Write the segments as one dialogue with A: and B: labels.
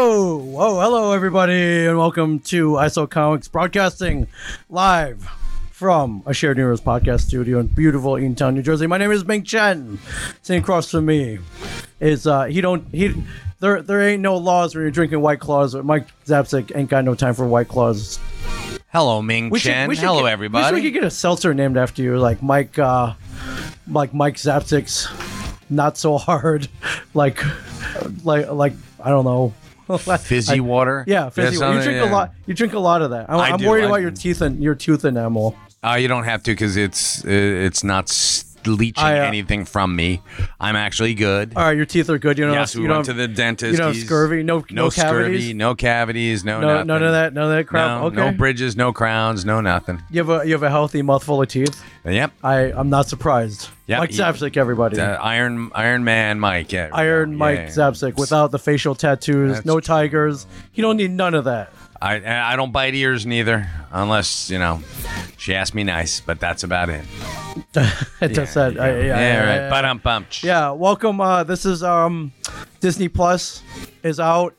A: Whoa, hello everybody, and welcome to ISO Comics broadcasting live from a shared Heroes podcast studio in beautiful Eatontown, New Jersey. My name is Ming Chen. Sitting across from me is uh he don't he there there ain't no laws when you're drinking white claws. Mike Zapsik ain't got no time for white claws.
B: Hello, Ming
A: We should-
B: Chen.
A: we should
B: Hello,
A: get-
B: everybody.
A: We should get a seltzer named after you, like Mike, uh, like Mike Zapsik's, not so hard, like, like, like I don't know,
B: Fizzy water.
A: Yeah, fizzy.
B: That's
A: water. You drink
B: something-
A: a lot. You drink a lot of that. I'm,
B: I
A: I'm
B: do,
A: worried
B: I
A: about
B: do.
A: your teeth and your tooth enamel.
B: Uh, you don't have to because it's uh, it's not s- leaching
A: I, uh,
B: anything from me. I'm actually good.
A: All right, your teeth are good. You know,
B: yes, we
A: you don't
B: went to
A: have-
B: the dentist.
A: You don't have
B: He's-
A: scurvy. No, no, cavities.
B: scurvy. No cavities. No,
A: no,
B: nothing.
A: none of that. None of that crap.
B: No,
A: okay.
B: no bridges. No crowns. No nothing.
A: you have a you have a healthy mouthful of teeth.
B: Yep.
A: I I'm not surprised.
B: Yep,
A: Mike
B: he-
A: Zapsik, everybody.
B: Uh, Iron Iron Man Mike. Yeah,
A: Iron
B: yeah,
A: Mike
B: yeah.
A: Zapsik without the facial tattoos,
B: That's
A: no
B: true.
A: tigers. You don't need none of that.
B: I and I don't bite ears neither, unless you know she asked me nice, but that's about it.
A: That's that. I- Yeah,
B: Yeah,
A: yeah,
B: right.
A: yeah.
B: But I'm pumped.
A: Yeah, welcome. Uh, this is um, Disney Plus is out.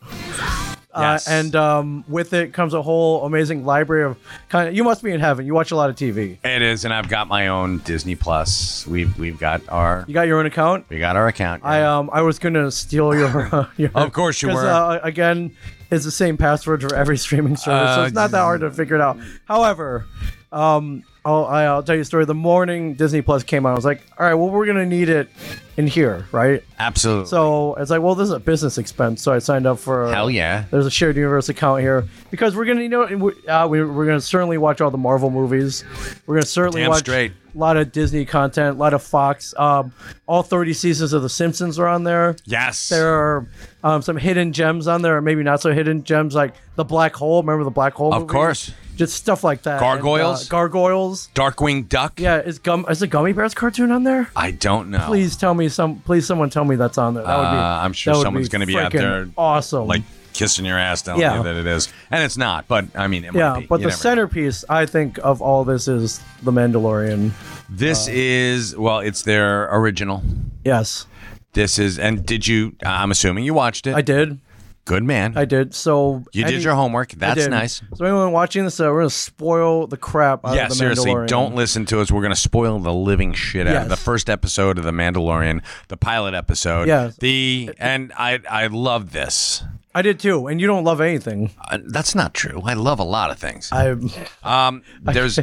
A: Uh,
B: Yes.
A: and um, with it comes a whole amazing library of kind of. You must be in heaven. You watch a lot of TV.
B: It is, and I've got my own Disney Plus. We've we've got our
A: You got your own account.
B: we got our account.
A: I um I was gonna steal your. Uh, your
B: Of course you
A: 'cause,
B: were.
A: Uh, again, it's the same password for every streaming service, so
B: Uh,
A: it's not that hard to figure it out. However, um, I'll I- I'll tell you a story. The morning Disney Plus came out, I was like, all right, well, we're gonna need it in here, right?
B: Absolutely.
A: So it's like, well, this is a business expense, so I signed up for.
B: Hell yeah.
A: There's a shared universe account here because we're gonna, you know, and we, uh, we, we're gonna certainly watch all the Marvel movies. We're gonna certainly
B: Damn
A: watch
B: straight.
A: a lot of Disney content, a lot of Fox. Um, all 30 seasons of The Simpsons are on there.
B: yes.
A: There are um, some hidden gems on there, or maybe not so hidden gems like the black hole. Remember the black hole?
B: Of
A: movie?
B: course.
A: just stuff like that.
B: Gargoyles?
A: And, uh, gargoyles.
B: Darkwing Duck.
A: Yeah, is gum is the Gummy Bears cartoon on there?
B: I don't know.
A: Please tell me some. Please, someone tell me that's on there. That would be.
B: Uh, I'm sure
A: that would
B: someone's gonna be out
A: freaking
B: there,
A: Awesome.
B: Like kissing your ass telling
A: Yeah.
B: you that it is, and it's not. But I mean, it might
A: yeah,
B: be.
A: but the
B: You never know.
A: centerpiece, I think, of all this is the Mandalorian. Uh,
B: This is well, it's their original.
A: Yes,
B: This is, and did you? I'm assuming you watched it.
A: I did.
B: Good man.
A: I did. So
B: you did
A: any-
B: your homework.
A: I
B: That's
A: did.
B: nice.
A: So anyone watching this, uh, we're gonna spoil the crap out
B: Yeah,
A: of the
B: seriously,
A: Mandalorian.
B: don't listen to us. We're going to spoil the living shit out
A: Yes.
B: of the first episode of The Mandalorian, the pilot episode.
A: Yes.
B: The and I I love this.
A: I did too, and you don't love anything.
B: Uh, that's not true. I love a lot of things.
A: I
B: Um there's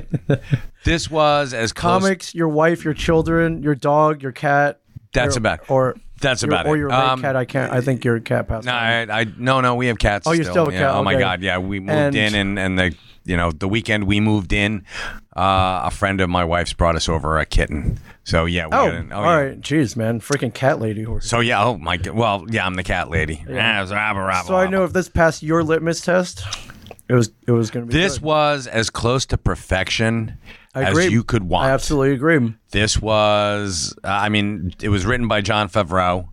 B: this was as close
A: comics, your wife, your children, your dog, your cat.
B: That's
A: your-
B: about-
A: or
B: that's
A: your-
B: about
A: or
B: it.
A: your
B: Um,
A: cat. I can't. I think your cat passed.
B: No,
A: away.
B: I, I no no, we have cats. Oh,
A: you still have a
B: yeah.
A: cat,
B: Oh my
A: okay.
B: god, yeah, we moved
A: And-
B: in and and the you know the weekend we moved in. Uh, a friend of my wife's brought us over a kitten. So yeah, we
A: Oh, all
B: got
A: right,
B: an, yeah.
A: Jeez, man, freaking cat lady. Or-
B: So yeah, oh my god. Well, yeah, I'm the cat lady. Ah, Yeah, it was rabble, rabble,
A: So I
B: rabble.
A: know if this passed your litmus test, it was it was going to be
B: This
A: Good.
B: was as close to perfection
A: I
B: as
A: agree.
B: you could want.
A: I absolutely agree.
B: This was, uh, I mean, it was written by John Favreau.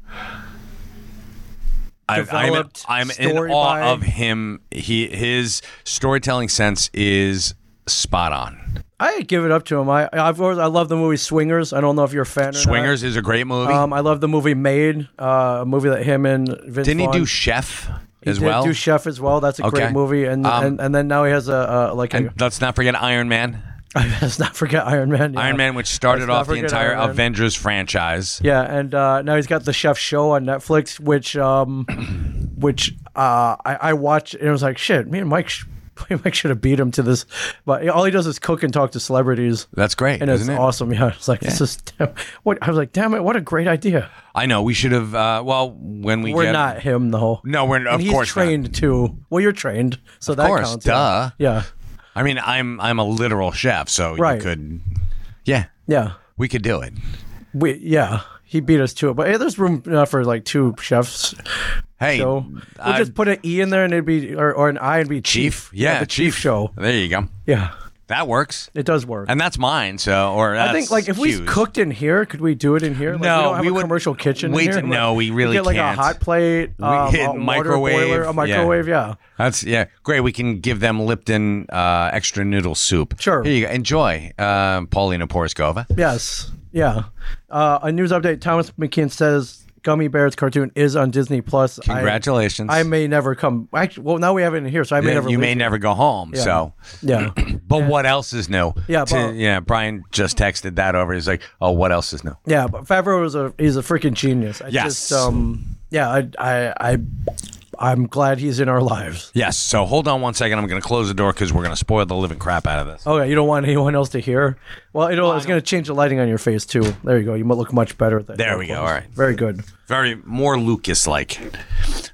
B: I, I'm,
A: Developed
B: I'm in
A: story
B: awe
A: by-
B: of him. He his storytelling sense is spot on.
A: I give it up to him. I I've always, I love the movie Swingers. I don't know if you're a fan. Or not.
B: Swingers is a great movie.
A: Um, I love the movie Made, uh, a movie that him and Vince
B: Didn't he
A: Vaughn-
B: do Chef as
A: did
B: well?
A: Do Chef as well. That's a great
B: Okay.
A: movie. And,
B: Um,
A: and and then now he has a uh, like a,
B: and let's not forget Iron Man.
A: let's not forget Iron Man. yeah.
B: Iron Man, which started
A: not
B: off the
A: forget
B: entire
A: Iron Man.
B: Avengers franchise.
A: Yeah, and uh, now he's got the Chef Show on Netflix, which um, which uh, I, I watched and it was like shit. Me and Mike, sh- me and Mike should have beat him to this, but all he does is cook and talk to celebrities.
B: That's great,
A: And it's
B: isn't it?
A: awesome. Yeah, it's like this is damn, what I was like. Damn it, what a great idea.
B: I know we should have. Uh, well, when we
A: We're
B: get,
A: not him though.
B: No, we're
A: and
B: of
A: he's
B: course not.
A: trained to. Well, you're trained, so that
B: course,
A: counts.
B: duh.
A: Yeah,
B: I mean, I'm I'm a literal chef, so
A: Right.
B: you could, yeah,
A: yeah,
B: we could do it.
A: we yeah. He beat us to it, but hey, there's room enough for like two chefs.
B: Hey,
A: So we'll
B: I-
A: just put an E in there and it'd be, or, or an I and be
B: chief,
A: chief.
B: yeah,
A: the chief. show.
B: There you go.
A: Yeah,
B: That works,
A: it does work.
B: and that's mine. So, or
A: I think
B: that's
A: like if we
B: Hugh's.
A: cooked in here, could we do it in here? Like,
B: No,
A: we don't have
B: we
A: a
B: would-
A: commercial kitchen. in
B: we
A: here.
B: d- no, we
A: We'd
B: really
A: get like
B: can't.
A: a hot plate, um,
B: hit
A: a water
B: microwave,
A: boiler, a
B: yeah.
A: microwave. Yeah,
B: That's yeah, great. We can give them Lipton uh, extra noodle soup.
A: Sure.
B: Here you go. Enjoy, uh, Paulina Poroskova.
A: yes, yeah. Uh, a news update: Thomas McKean says Gummy Bears cartoon is on Disney Plus. I-
B: Congratulations.
A: I, may never come. Actually, well, now we have it in here, so I may
B: Yeah,
A: never.
B: you may
A: leave.
B: never go home. So,
A: Yeah.
B: but what else is new?
A: Yeah,
B: To-
A: but-
B: yeah. Brian just texted that over. He's like, "Oh, what else is new?"
A: Yeah, but Favreau is a he's a freaking genius. I
B: Yes.
A: Just, um. Yeah. I. I. I. I'm glad he's in our lives.
B: Yes. So hold on one second. I'm going to close the door because we're going to spoil the living crap out of this.
A: Okay, Oh, you don't want anyone else to hear. Well, it'll, it's going to change the lighting on your face too. There you go. You might look much better. with that
B: There we go.
A: close.
B: All right.
A: Very good.
B: Very more Lucas like.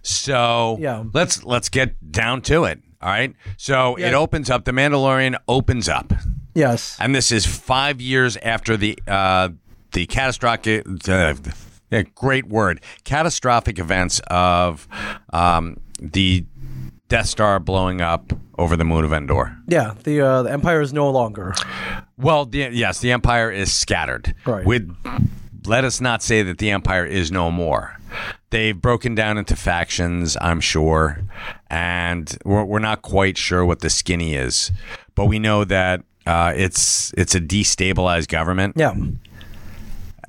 B: So
A: Yeah.
B: let's let's get down to it. All right. So it
A: Yeah.
B: opens up. The Mandalorian opens up,
A: Yes.
B: and this is five years after the uh, the catastrophic. Uh, yeah, great word. Catastrophic events of um, the Death Star blowing up over the moon of Endor.
A: Yeah. The uh, the Empire is no longer.
B: Well, the, yes, the empire is scattered.
A: Right.
B: With, let us not say that the empire is no more. They've broken down into factions, I'm sure, and we're, we're not quite sure what the skinny is, but we know that uh, it's it's a destabilized government,
A: Yeah.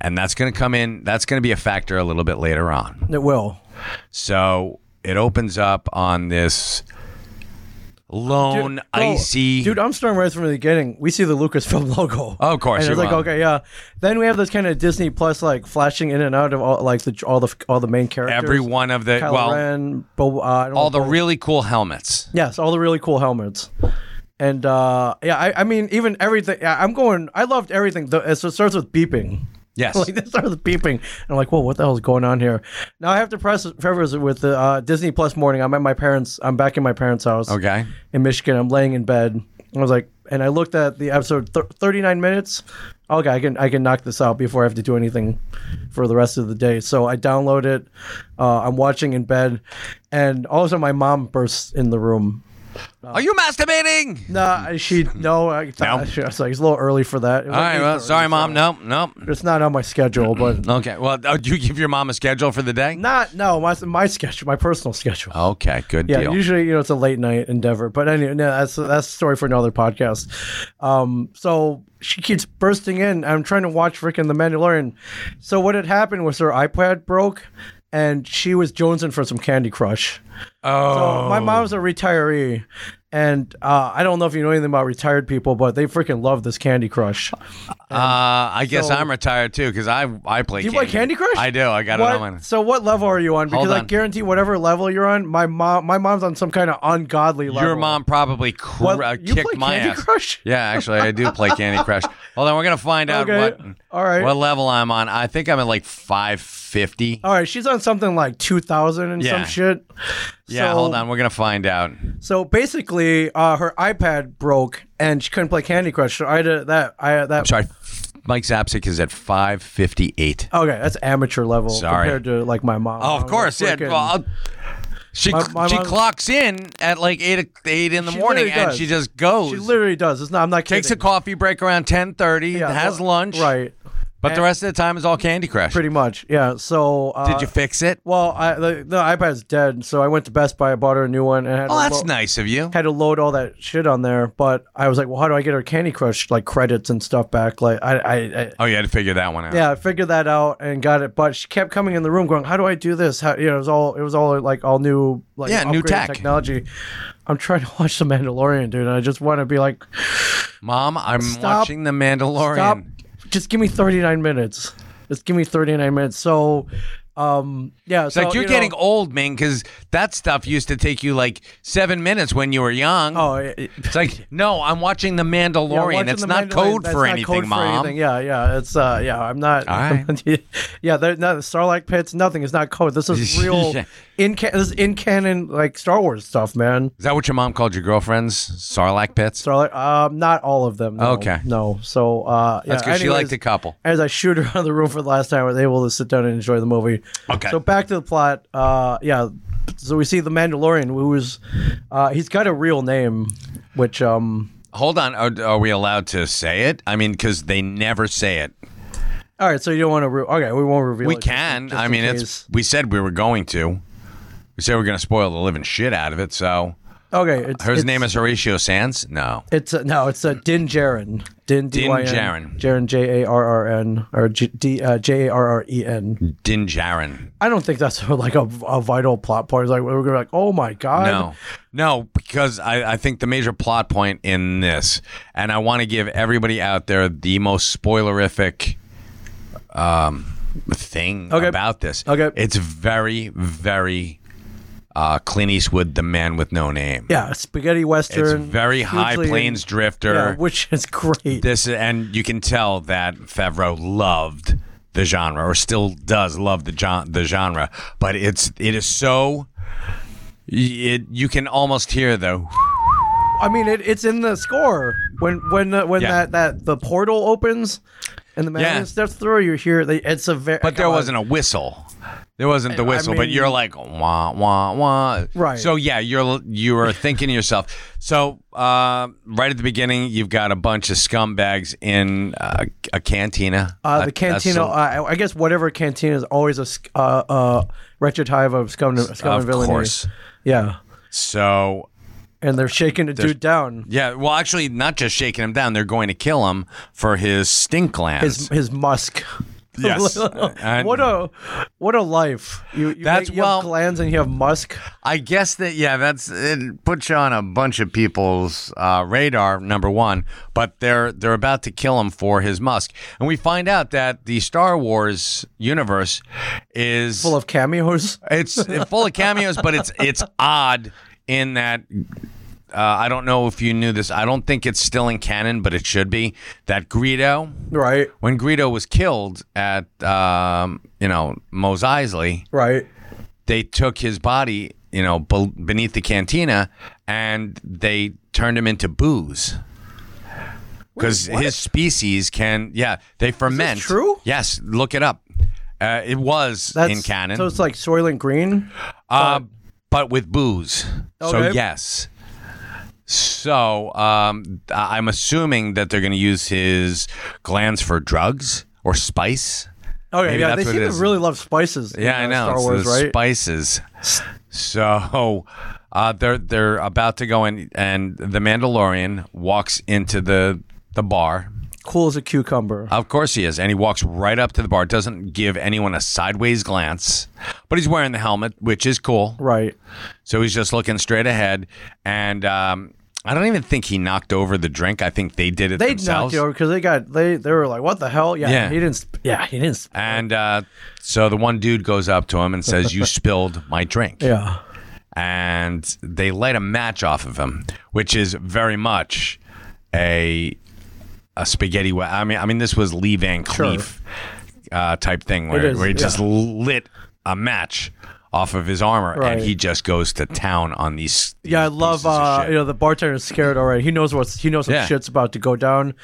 B: and that's going to come in. That's going to be a factor a little bit later on.
A: It will.
B: So it opens up on this lone,
A: Well,
B: icy.
A: oh, Dude, I'm starting right from the beginning. We see the Lucasfilm logo.
B: Oh, of course,
A: And it's
B: you
A: like
B: will.
A: okay, yeah. Then we have this kind of Disney Plus like flashing in and out of all like the all the all the main characters.
B: every one of the
A: Kylo
B: well,
A: Ren, Bo, uh, I don't
B: all
A: know,
B: the really cool helmets.
A: yes, all the really cool helmets. And uh, yeah, I, I mean, even everything. yeah, I'm going. I loved everything. The, it starts with beeping.
B: Yes.
A: Like it starts with beeping. And I'm like, whoa, what the hell is going on here? Now I have to press Trevor's with the uh, Disney Plus morning. I'm at my parents. I'm back in my parents' house.
B: Okay.
A: in Michigan. I'm laying in bed. I was like, and I looked at the episode, th- 39 minutes. Okay, I can I can knock this out before I have to do anything for the rest of the day. So I download it. Uh, I'm watching in bed, and also my mom bursts in the room. Uh,
B: Are you masturbating?
A: Nah, she no. I,
B: No.
A: I was like, it's a little early for that. It was
B: All
A: like
B: right. Well,
A: 8:30,
B: sorry, mom.
A: so
B: No, no.
A: It's not on my schedule, but
B: Okay. Well, uh, do you give your mom a schedule for the day?
A: not no my my schedule, my personal schedule.
B: Okay. Good
A: Yeah,
B: deal.
A: usually you know it's a late night endeavor, but anyway, no, that's that's a story for another podcast. Um, so she keeps bursting in. I'm trying to watch Rick and the Mandalorian. So what had happened was her iPad broke, and she was jonesing for some Candy Crush.
B: oh.
A: So my mom's a retiree, and uh, I don't know if you know anything about retired people, but they freaking love this Candy Crush.
B: uh, I guess
A: so-
B: I'm retired too because I I play.
A: Do you play Candy Crush?
B: I do. I got
A: What-
B: it on. my-
A: So what level are you on? Because
B: Hold
A: I
B: on.
A: guarantee whatever level you're on, my mom, my mom's on some kind of ungodly level.
B: Your mom probably cr-
A: What-
B: uh,
A: you play
B: kicked my
A: Candy
B: ass.
A: Crush?
B: Yeah, actually, I do play Candy Crush. Hold on, we're gonna find out
A: Okay.
B: what
A: All right.
B: what level I'm on. I think I'm at like 550.
A: All right, she's on something like 2000 and
B: Yeah.
A: some shit.
B: yeah,
A: so,
B: hold on, we're gonna find out.
A: So basically, uh, her iPad broke and she couldn't play Candy Crush. So I had to- that. I had that.
B: Sorry, Mike Zapsik is at 558.
A: Okay, that's amateur level
B: Sorry.
A: compared to like my mom.
B: Oh,
A: I'm
B: of
A: a
B: course, yeah.
A: freaking-
B: Well, I'll- she
A: My- my
B: she
A: mom-
B: clocks in at like eight o- eight in the
A: She
B: morning,
A: literally
B: and
A: does.
B: she just goes.
A: she literally does. It's not. I'm not kidding.
B: takes a coffee break around ten thirty,
A: Yeah,
B: has
A: well,
B: lunch,
A: Right.
B: But the rest of the time is all Candy Crush.
A: Pretty much. Yeah. So uh,
B: Did you fix it?
A: Well, I, the, the iPad's dead, so I went to Best Buy. I bought her a new one. And had
B: Oh,
A: to
B: that's
A: lo-
B: nice of you.
A: had to load all that shit on there, but I was like, well, how do I get her Candy Crush like credits and stuff back? Like, I, I, I
B: Oh, you had to figure that one out.
A: yeah, I figured that out and got it. But she kept coming in the room, going, "How do I do this?" How, you know, it was all it was all like all new, like
B: Yeah, new
A: upgraded
B: tech.
A: technology. I'm trying to watch The Mandalorian, dude, and I just want to be like,
B: Mom, I'm watching The Mandalorian.
A: stop, just give me 39 minutes. Just give me 39 minutes. So, um, yeah,
B: It's like you're getting old, Ming, because that stuff used to take you like seven minutes when you were young.
A: oh. it-
B: It's like, no, I'm watching The
A: yeah,
B: Mandalorian.
A: watching
B: it's
A: The
B: not
A: Mandalorian,
B: code
A: that's
B: for
A: not
B: anything,
A: code for
B: Mom.
A: anything. Yeah, yeah, it's uh, yeah. I'm not.
B: All right.
A: yeah, they're not, Starlight Pits. Nothing. It's not code. This is real.
B: Yeah.
A: In ca- this is in canon like Star Wars stuff, man.
B: Is that what your mom called your girlfriends? Sarlacc pits?
A: Starlight. Um, not all of them. no.
B: Okay.
A: No. So uh, yeah,
B: That's because she liked
A: anyways,
B: a couple.
A: As I shoot her out of the room for the last time, I was able to sit down and enjoy the movie.
B: Okay.
A: So back to the plot. Uh, yeah. So we see the Mandalorian, who's uh, he's got a real name, which um.
B: Hold on. Are, are we allowed to say it? I mean, because they never say it.
A: All right, so you don't want to. Re- okay, we won't reveal.
B: We
A: it just-
B: can.
A: just
B: I
A: in
B: mean,
A: case.
B: it's. We said we were going to. We said we are going to spoil the living shit out of it. So
A: Okay, it's,
B: Her
A: it's,
B: Uh, name is Horatio Sands? No.
A: It's uh, no, it's uh, Din Djarin. Din D Y N.
B: Djarin.
A: Djarin J A R R N or G- D uh, J A R R E N.
B: Dinjarin.
A: I don't think that's like a, a vital plot point. It's like we're gonna be like, oh my god.
B: No. No, because I, I think the major plot point in this, and I want to give everybody out there the most spoilerific um, thing
A: Okay.
B: about this.
A: Okay.
B: It's very, very uh, Clint Eastwood, the man with no name.
A: Yeah, spaghetti western.
B: It's very high
A: hugely-
B: plains drifter.
A: Yeah, which is great.
B: This and you can tell that Favreau loved the genre, or still does love the gen- the genre. But it's it is so. It you can almost hear the
A: I mean, it, it's in the score when when uh, when
B: Yeah.
A: that that the portal opens and the man
B: Yeah.
A: steps through. You hear the, it's a very.
B: but there wasn't a whistle. There wasn't the
A: I
B: whistle, but
A: mean-
B: you're like wah wah wah.
A: Right.
B: So yeah, you're you are thinking to yourself. So uh, right at the beginning, you've got a bunch of scumbags in uh, a cantina.
A: Uh,
B: A-
A: the
B: a
A: cantina,
B: sal-
A: uh, I guess whatever cantina is always a sc- uh, uh, wretched hive of scum, scum
B: of
A: and villainy.
B: course.
A: Yeah,
B: So
A: and they're shaking the dude down.
B: Yeah, well, actually, not just shaking him down; they're going to kill him for his stink glands.
A: His his musk.
B: Yes. And-
A: what a what a life. You, you
B: That's
A: make- you
B: well-
A: have glands and you have musk.
B: I guess that yeah, that's it puts you on a bunch of people's uh, radar. Number one, but they're they're about to kill him for his musk, and we find out that the Star Wars universe is
A: Full of cameos.
B: it's full of cameos, but it's it's odd in that. Uh, I don't know if you knew this. I don't think it's still in canon, but it should be that Greedo.
A: Right.
B: when Greedo was killed at um, you know Mos Eisley,
A: Right.
B: they took his body you know be- beneath the cantina and they turned him into booze because his species can yeah they ferment.
A: true?
B: Yes, look it up. Uh, it was
A: That's
B: in canon,
A: So it's like Soylent Green.
B: uh, but with booze. So
A: Okay.
B: yes. So um, I- I'm assuming that they're going to use his glands for drugs or spice.
A: Oh yeah,
B: Maybe
A: yeah.
B: that's
A: They
B: what
A: seem
B: it
A: to
B: is.
A: really love spices. in,
B: Yeah, I
A: uh,
B: know.
A: Star
B: it's
A: Wars,
B: the
A: right?
B: Spices. So uh, they're they're about to go in, and the Mandalorian walks into the the bar.
A: cool as a cucumber.
B: Of course he is, and he walks right up to the bar. Doesn't give anyone a sideways glance, but he's wearing the helmet, which is cool.
A: right.
B: So he's just looking straight ahead, and um, I don't even think he knocked over the drink. I think they did it
A: They knocked
B: themselves.
A: you over because they got they they were like, what the hell? Yeah.
B: Yeah.
A: He didn't. sp- Yeah. He didn't. sp-
B: and uh, so the one dude goes up to him and says, "You spilled my drink."
A: Yeah.
B: and they light a match off of him, which is very much a a spaghetti. we- I mean, I mean, this was Lee Van Cleef uh, type thing where,
A: It is,
B: where he
A: yeah.
B: just lit a match off of his armor,
A: Right.
B: and he just goes to town on these. these
A: Yeah, I love
B: pieces of
A: uh,
B: shit.
A: you know the bartender's scared already. He knows what's he knows what
B: Yeah.
A: shit's about to go down.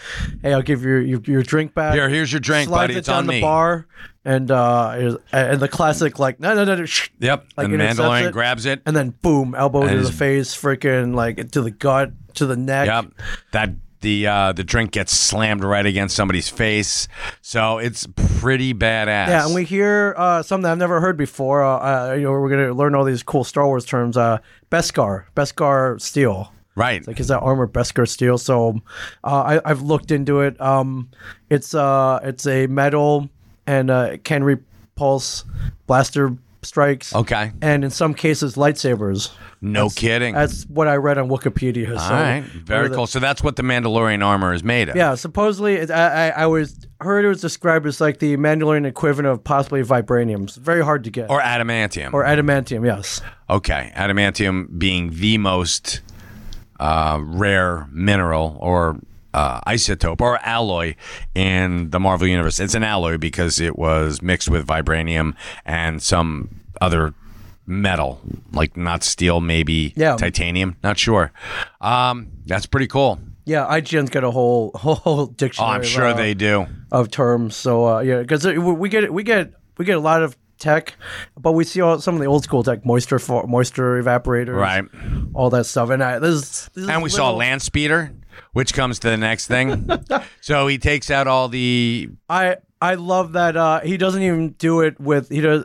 A: Hey, I'll give you your, your drink back.
B: Here, here's your drink,
A: Slides
B: buddy.
A: it
B: It's
A: down
B: on
A: the
B: me.
A: bar, and uh, and the classic like no no no, no shh,
B: Yep,
A: like,
B: and the
A: intercepts
B: Mandalorian
A: it.
B: grabs it.
A: and then boom, elbow to
B: his-
A: the face, freaking like to the gut, to the neck.
B: Yep. That the uh, the drink gets slammed right against somebody's face, so it's pretty badass.
A: Yeah, and we hear uh, something I've never heard before. Uh, uh, you know, we're gonna learn all these cool Star Wars terms. Uh, Beskar, Beskar steel.
B: right.
A: Like is that armor Beskar steel? So, uh, I, I've looked into it. Um, it's uh, it's a metal and uh, it can repulse blaster strikes.
B: okay.
A: And in some cases, lightsabers.
B: No kidding.
A: That's what I read on Wikipedia. So,
B: All right,
A: one
B: very
A: of the-
B: cool. So that's what the Mandalorian armor is made of.
A: Yeah, supposedly it, I, I I was heard it was described as like the Mandalorian equivalent of possibly vibranium. It's very hard to get.
B: Or adamantium.
A: Or adamantium, yes.
B: okay, adamantium being the most uh, rare mineral or uh, isotope or alloy in the Marvel universe. It's an alloy because it was mixed with vibranium and some other metal, like not steel, maybe
A: Yeah.
B: titanium. Not sure. Um, that's pretty cool.
A: Yeah, IGN's got a whole whole
B: Oh,
A: dictionary.
B: I'm sure
A: of, uh,
B: they do.
A: of terms. So uh, yeah, because we get we get we get a lot of tech, but we see all some of the old school tech, moisture for, moisture evaporators,
B: Right.
A: All that stuff. And I, this, is- this is
B: And we saw
A: little-
B: Land Speeder, which comes to the next thing. so he takes out all the
A: I I love that uh, he doesn't even do it with he does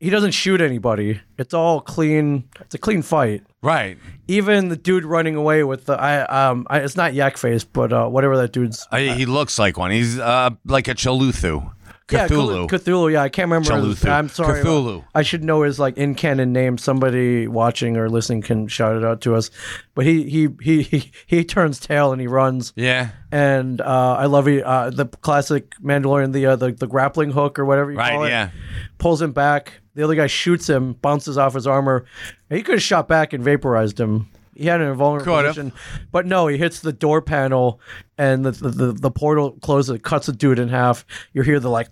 A: he doesn't shoot anybody. It's all clean. It's a clean fight.
B: Right.
A: Even the dude running away with the I um I, it's not yak face, but uh, whatever that dude's
B: I, he looks like one. He's uh, like a Choluthu.
A: Yeah,
B: Cthulhu.
A: Cthulhu. Yeah, I can't remember. His,
B: Cthulhu.
A: I'm sorry.
B: Cthulhu.
A: I should know his like in canon name. Somebody watching or listening can shout it out to us. But he he he he, he turns tail and he runs.
B: yeah.
A: And uh, I love he, uh, the classic Mandalorian, the, uh, the the grappling hook or whatever you call
B: Right.
A: it.
B: Yeah.
A: Pulls him back. The other guy shoots him, bounces off his armor. He could have shot back and vaporized him. He had an invulnerable
B: Could've.
A: position, but no, he hits the door panel and the the, the, the portal closes. It cuts the dude in half. You hear the like,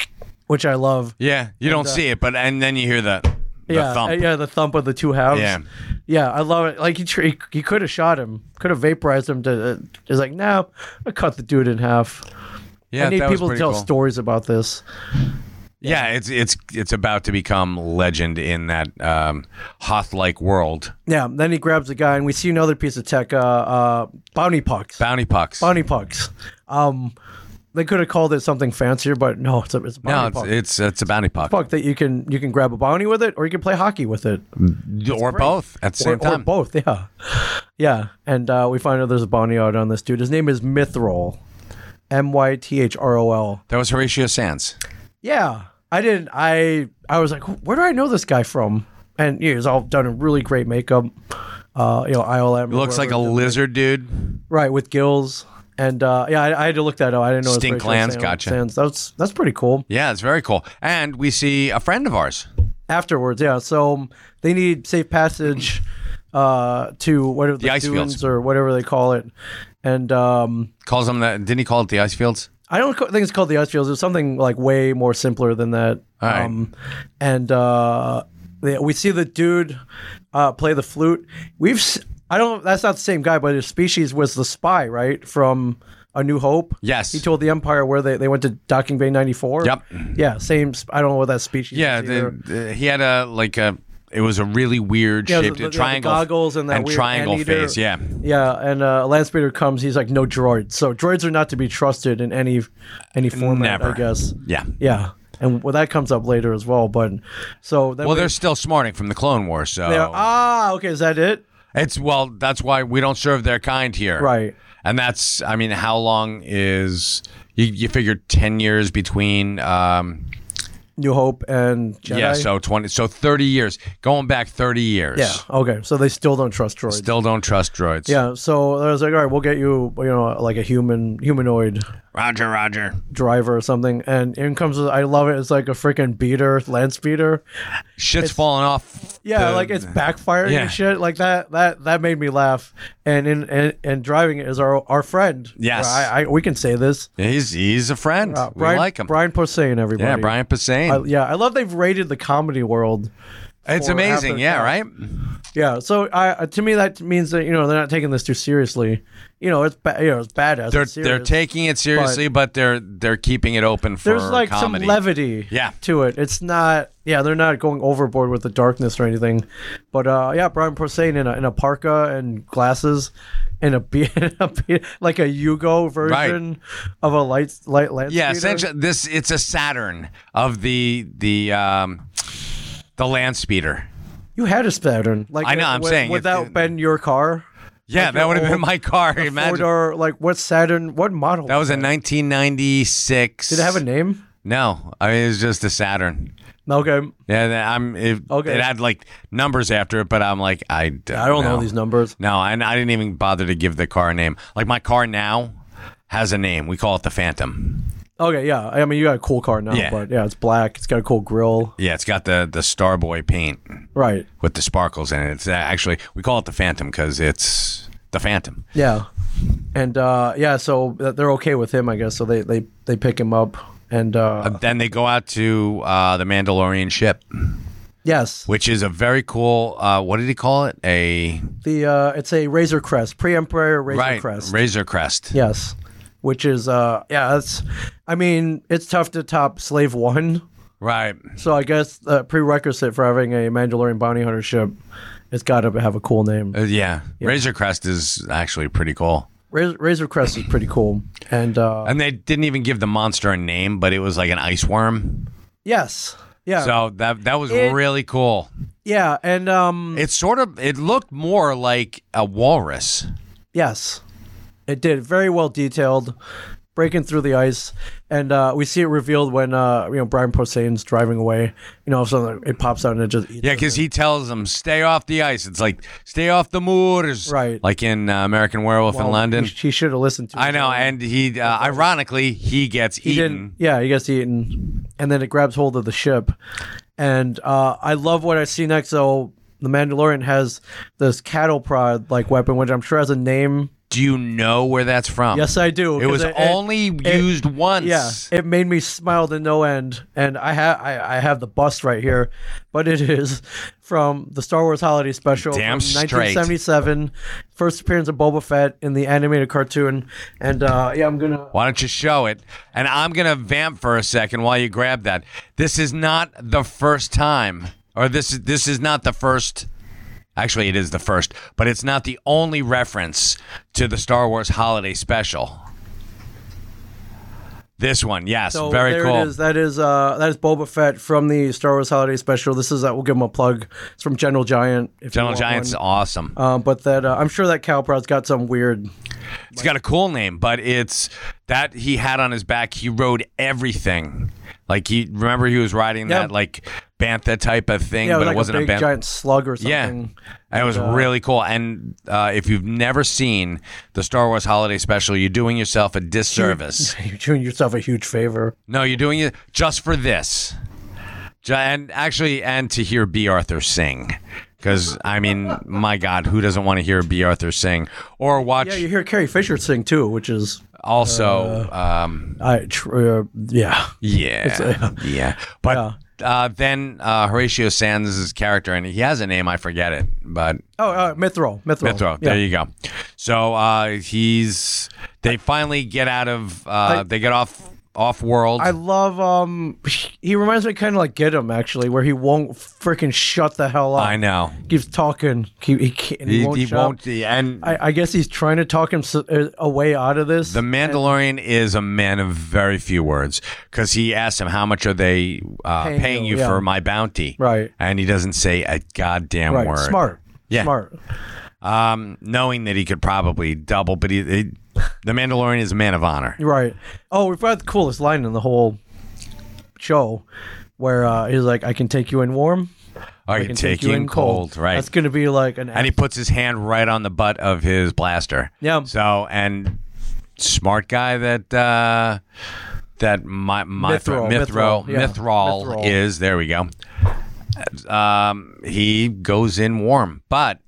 A: which I love.
B: Yeah. You don't see it, but and then you hear the, the
A: uh, yeah,
B: thump.
A: uh, yeah, the thump of the two halves.
B: Yeah.
A: yeah, I love it. Like he tr- he, he could have shot him, could have vaporized him. To uh, he's like, no, I cut the dude in half.
B: Yeah,
A: I need
B: that was
A: people to
B: pretty
A: tell
B: cool.
A: stories about this.
B: Yeah, it's it's it's about to become legend in that um, Hoth-like world.
A: Yeah, then he grabs the guy, and we see another piece of tech, uh, uh, bounty pucks.
B: Bounty pucks.
A: bounty pucks. Um, they could have called it something fancier, but no, it's a, it's a bounty
B: no, it's,
A: puck.
B: it's it's a bounty puck,
A: puck that you can you can grab a bounty with it, or you can play hockey with it,
B: or both at the
A: or,
B: same
A: or
B: time.
A: both. Yeah, yeah. And uh, we find out there's a bounty out on this dude. His name is Mithril, M Y T H R O L.
B: That was Horatio Sands.
A: Yeah, I didn't. I I was like, where do I know this guy from? And he was all done in really great makeup. Uh, you know, ILM. or
B: Looks like a
A: whatever.
B: lizard dude.
A: Right, with gills. And uh, yeah, I, I had to look that up. I didn't know. it was
B: Stink
A: Rachel
B: glands,
A: Sands-
B: gotcha.
A: Sands. That's that's pretty cool.
B: Yeah, it's very cool. And we see a friend of ours.
A: Afterwards, yeah. So um, they need safe passage uh, to whatever the,
B: ice
A: dunes
B: fields.
A: or whatever they call it. And um,
B: Calls him that. Didn't he call it the ice fields?
A: I don't co- think it's called the ice fields. It's something like way more simpler than that. Um,
B: All right.
A: and uh, they, we see the dude uh, play the flute. We've s- I don't. That's not the same guy, but his species was the spy, right? From A New Hope.
B: Yes.
A: He told the Empire where they, they went to Docking Bay 94.
B: Yep.
A: Yeah, same. sp- I don't know what that species
B: Yeah,
A: is.
B: the,
A: either.
B: the- he had a like a. It was a really weird
A: Yeah, the-
B: shaped
A: the- yeah, the
B: triangle.
A: goggles and that weird
B: triangle
A: anteater.
B: face. Yeah,
A: Yeah, and uh, Lance Speeder comes. He's like, no droids. So droids are not to be trusted in any any format,
B: Never.
A: I guess.
B: yeah.
A: Yeah, and well, that comes up later as well. But so then
B: Well,
A: we-
B: they're still smarting from the Clone War, so
A: they're- ah okay. Is that it?
B: it's well. That's why we don't serve their kind here,
A: Right.
B: And that's, I mean, how long is you, you figure ten years between? Um,
A: New Hope and Jedi.
B: yeah, so twenty, so thirty years, going back thirty years.
A: yeah. Okay, so they still don't trust droids.
B: still don't trust droids.
A: yeah, so I was like, all right, we'll get you, you know, like a human humanoid
B: Roger, Roger.
A: driver or something. And in comes, I love it. It's like a freaking beater, lance beater.
B: Shit's falling off.
A: Yeah,
B: the-
A: like it's backfiring
B: yeah.
A: and shit like that. That that made me laugh. And in and, and driving it is our our friend.
B: Yes.
A: I, I, we can say this.
B: he's he's a friend.
A: Uh,
B: we like him.
A: Brian Posehn, everybody.
B: yeah, Brian Posehn.
A: I- yeah, I love they've rated the comedy world.
B: It's
A: for after
B: amazing, yeah,
A: the
B: right?
A: Yeah, so I to me that means that you know they're not taking this too seriously. You know, it's ba- you know it's badass.
B: They're
A: it's serious.
B: they're taking it seriously, but, they're they're keeping it open for
A: there's like
B: comedy.
A: some levity
B: Yeah.
A: to it. It's not yeah, they're not going overboard with the darkness or anything. But uh yeah, Brian Posehn in a in a parka and glasses and a be- a be- like a Yugo version of a light light lance.
B: yeah,
A: speeder.
B: essentially, this it's a Saturn of the the um the land speeder.
A: You had a Saturn. Like
B: I know, I'm
A: would-
B: saying
A: would
B: if
A: that
B: it-
A: been your car?
B: Yeah,
A: Like
B: that
A: your
B: would have
A: old-
B: been my car. Imagine
A: Ford or like what Saturn? What model?
B: that was a 1996.
A: Did it have a name?
B: No, I mean it was just a Saturn.
A: Okay,
B: Yeah, that- I'm. It,
A: Okay.
B: it had like numbers after it, but I'm like, I don't,
A: I don't know these numbers.
B: No, and I didn't even bother to give the car a name. Like my car now has a name. We call it the Phantom.
A: Okay, yeah. I mean, you got a cool car now,
B: Yeah.
A: but yeah, it's black. It's got a cool grill.
B: Yeah, it's got the the Starboy paint
A: Right.
B: with the sparkles in it. It's uh, actually we call it the Phantom because it's the Phantom.
A: Yeah. And uh, yeah, so th- they're okay with him, I guess. So they they they pick him up, and uh,
B: Then they go out to uh, the Mandalorian ship,
A: yes,
B: which is a very cool. Uh, what did he call it? A
A: the uh, it's a Razor Crest, pre-Emperor Razor
B: right
A: Crest.
B: Razor Crest.
A: yes, which is uh, yeah, that's. I mean, it's tough to top Slave One.
B: Right.
A: So I guess the prerequisite for having a Mandalorian bounty hunter ship, it's got to have a cool name.
B: Uh, yeah. Razor Crest is actually pretty cool.
A: Razor, Razor Crest is pretty cool, and uh,
B: And they didn't even give the monster a name, but it was like an ice worm.
A: yes, yeah,
B: So that that was
A: It-
B: really cool.
A: yeah, and um,
B: It sort of it looked more like a walrus.
A: Yes, it did. Very well detailed, breaking through the ice, and uh, we see it revealed when uh, you know Brian Posehn's driving away. You know, so it pops out and it just eats
B: Yeah,
A: it.
B: because he tells them stay off the ice. It's like stay off the moors,
A: Right.
B: Like in uh, American Werewolf in London.
A: He, he should have listened to.
B: I
A: his
B: know,
A: own-
B: and he uh, ironically he gets
A: he
B: eaten.
A: didn't. Yeah, he gets eaten, and then it grabs hold of the ship, and uh, I love what I see next. So the Mandalorian has this cattle prod like weapon, which I'm sure has a name.
B: Do you know where that's from?
A: Yes, I do.
B: It
A: 'cause
B: was only used once.
A: Yeah, it made me smile to no end, and I have I, I have the bust right here, but it is from the Star Wars Holiday Special,
B: Damn
A: from
B: straight.
A: 1977, first appearance of Boba Fett in the animated cartoon, and uh, yeah, I'm gonna.
B: Why don't you show it? And I'm going to vamp for a second while you grab that. This is not the first time, or this is this is not the first. Actually, it is the first, but it's not the only reference to the Star Wars Holiday Special. This one, yes,
A: So
B: very
A: there
B: cool.
A: it is. That is uh, that is Boba Fett from the Star Wars Holiday Special. This is that we'll give him a plug. It's from General Giant. If you
B: General
A: want
B: Giant's
A: one.
B: awesome.
A: Uh, but that uh, I'm sure that Calprod's got some weird.
B: It's got a cool name, but it's that he had on his back. He rode everything. Like he remember he was riding
A: Yeah.
B: that like bantha type of thing,
A: Yeah,
B: but
A: like
B: it
A: a
B: wasn't a,
A: big
B: bantha.
A: giant slug or
B: Yeah,
A: something. uh,
B: that was really cool. And uh, if you've never seen the Star Wars Holiday Special, you're doing yourself a disservice.
A: You're doing yourself a huge favor.
B: no, you're doing it just for this. Ju- And actually, and to hear B. Arthur sing, because I mean, my God, who doesn't want to hear B. Arthur sing or watch?
A: Yeah, you hear Carrie Fisher sing too, which is
B: also,
A: Uh,
B: um,
A: I tr- uh, yeah.
B: yeah,
A: uh,
B: yeah. But Uh, then uh, Horatio Sands' character, and he has a name, I forget it, but
A: Oh, uh, Mithril, Mithril, Yeah.
B: Mithro. There you go. So uh, he's. They finally get out of. Uh, they get off off world.
A: I love. Um, he reminds me kind of like Get Him actually, where he won't freaking shut the hell up.
B: I know.
A: Keeps talking. He he, can't, and he,
B: He,
A: won't.
B: he
A: shut up.
B: won't. And
A: I, I guess he's trying to talk him so, uh, a way out of this.
B: the Mandalorian is a man of very few words because he asks him how much are they uh,
A: Paying
B: paying,
A: you,
B: you
A: yeah.
B: for my bounty,
A: Right.
B: And he doesn't say a goddamn
A: right,
B: word.
A: smart.
B: Yeah.
A: smart.
B: Um, knowing that he could probably double, but he, he the Mandalorian is a man of honor.
A: Right. Oh, we've got the coolest line in the whole show, where uh, he's like, "I can take you in warm."
B: I can, take, you in cold, right?
A: That's gonna be like an
B: and he puts his hand right on the butt of his blaster.
A: Yeah.
B: So and smart guy that uh, that my my
A: Mithril,
B: Mithral Mithral,
A: Mithril, yeah. Mithril.
B: is there we go. Um, he goes in warm, but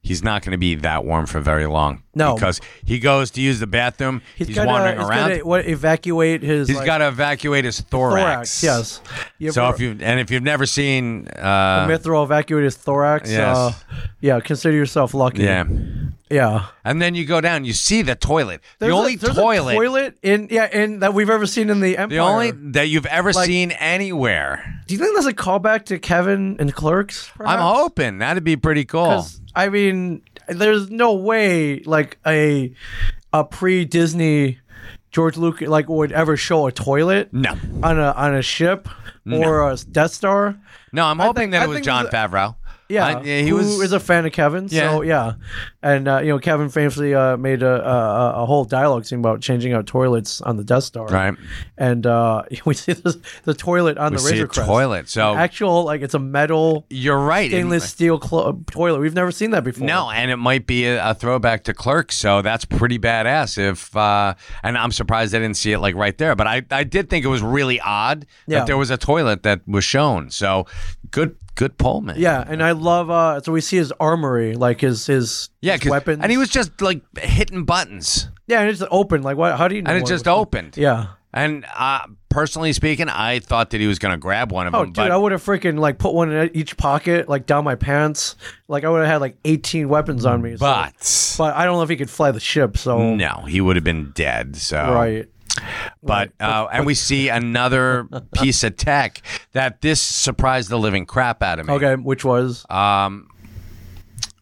B: he's not going to be that warm for very long.
A: No.
B: because he goes to use the bathroom. He's,
A: gotta-
B: wandering
A: he's
B: around.
A: Gotta, what, evacuate his.
B: he's
A: like,
B: got to evacuate his thorax.
A: thorax. Yes. You
B: So
A: ever-
B: if you and if you've never seen, uh,
A: mithril evacuate his thorax,
B: Yes.
A: uh, yeah, consider yourself lucky.
B: yeah.
A: Yeah.
B: And then you go down, you see the toilet.
A: There's
B: the
A: a-
B: only
A: there's a
B: toilet
A: toilet in yeah, in that we've ever seen in the Empire.
B: The only that you've ever seen anywhere.
A: Do you think that's a callback to Kevin and Clerks?
B: I'm
A: perhaps?
B: hoping that'd be pretty cool.
A: 'Cause, I mean, there's no way like a a pre Disney George Lucas like would ever show a toilet
B: No,
A: on a on a ship or a Death Star.
B: no, I'm hoping that
A: I
B: it was
A: think
B: John
A: the-
B: Favreau.
A: Yeah,
B: I- he
A: who
B: was.
A: is a fan of Kevin. So yeah, and uh, you know Kevin famously uh, made a, a a whole dialogue scene about changing out toilets on the Death Star.
B: Right.
A: and uh, we see this, the toilet on the
B: see
A: Razor
B: a
A: Crest.
B: toilet. Oh. So
A: Actual, like it's a metal
B: you're right. It-
A: stainless steel clo- toilet. We've never seen that before.
B: no, and it might be a, a throwback to Clerks, so that's pretty badass. If uh, and I'm surprised I didn't see it like right there, but I, I did think it was really odd
A: Yeah.
B: that there was a toilet that was shown. So good good pull, man.
A: Yeah, and I love. uh So we see his armory, like his his
B: yeah,
A: his
B: 'cause-
A: weapons,
B: and he was just like hitting buttons,
A: yeah, and it's open. Like what? How do you? Know
B: and it
A: what
B: just
A: was-
B: opened.
A: Yeah.
B: And uh, personally speaking, I thought that he was going to grab one of
A: Oh,
B: them.
A: dude,
B: Um, but
A: I would have freaking like put one in each pocket, like down my pants. Like I would have had like 18 weapons on me. so-
B: but,
A: but I don't know if he could fly the ship. So
B: no, he would have been dead. So
A: right,
B: but uh, and we see another piece of tech that this surprised the living crap out of me.
A: okay, which was
B: Um,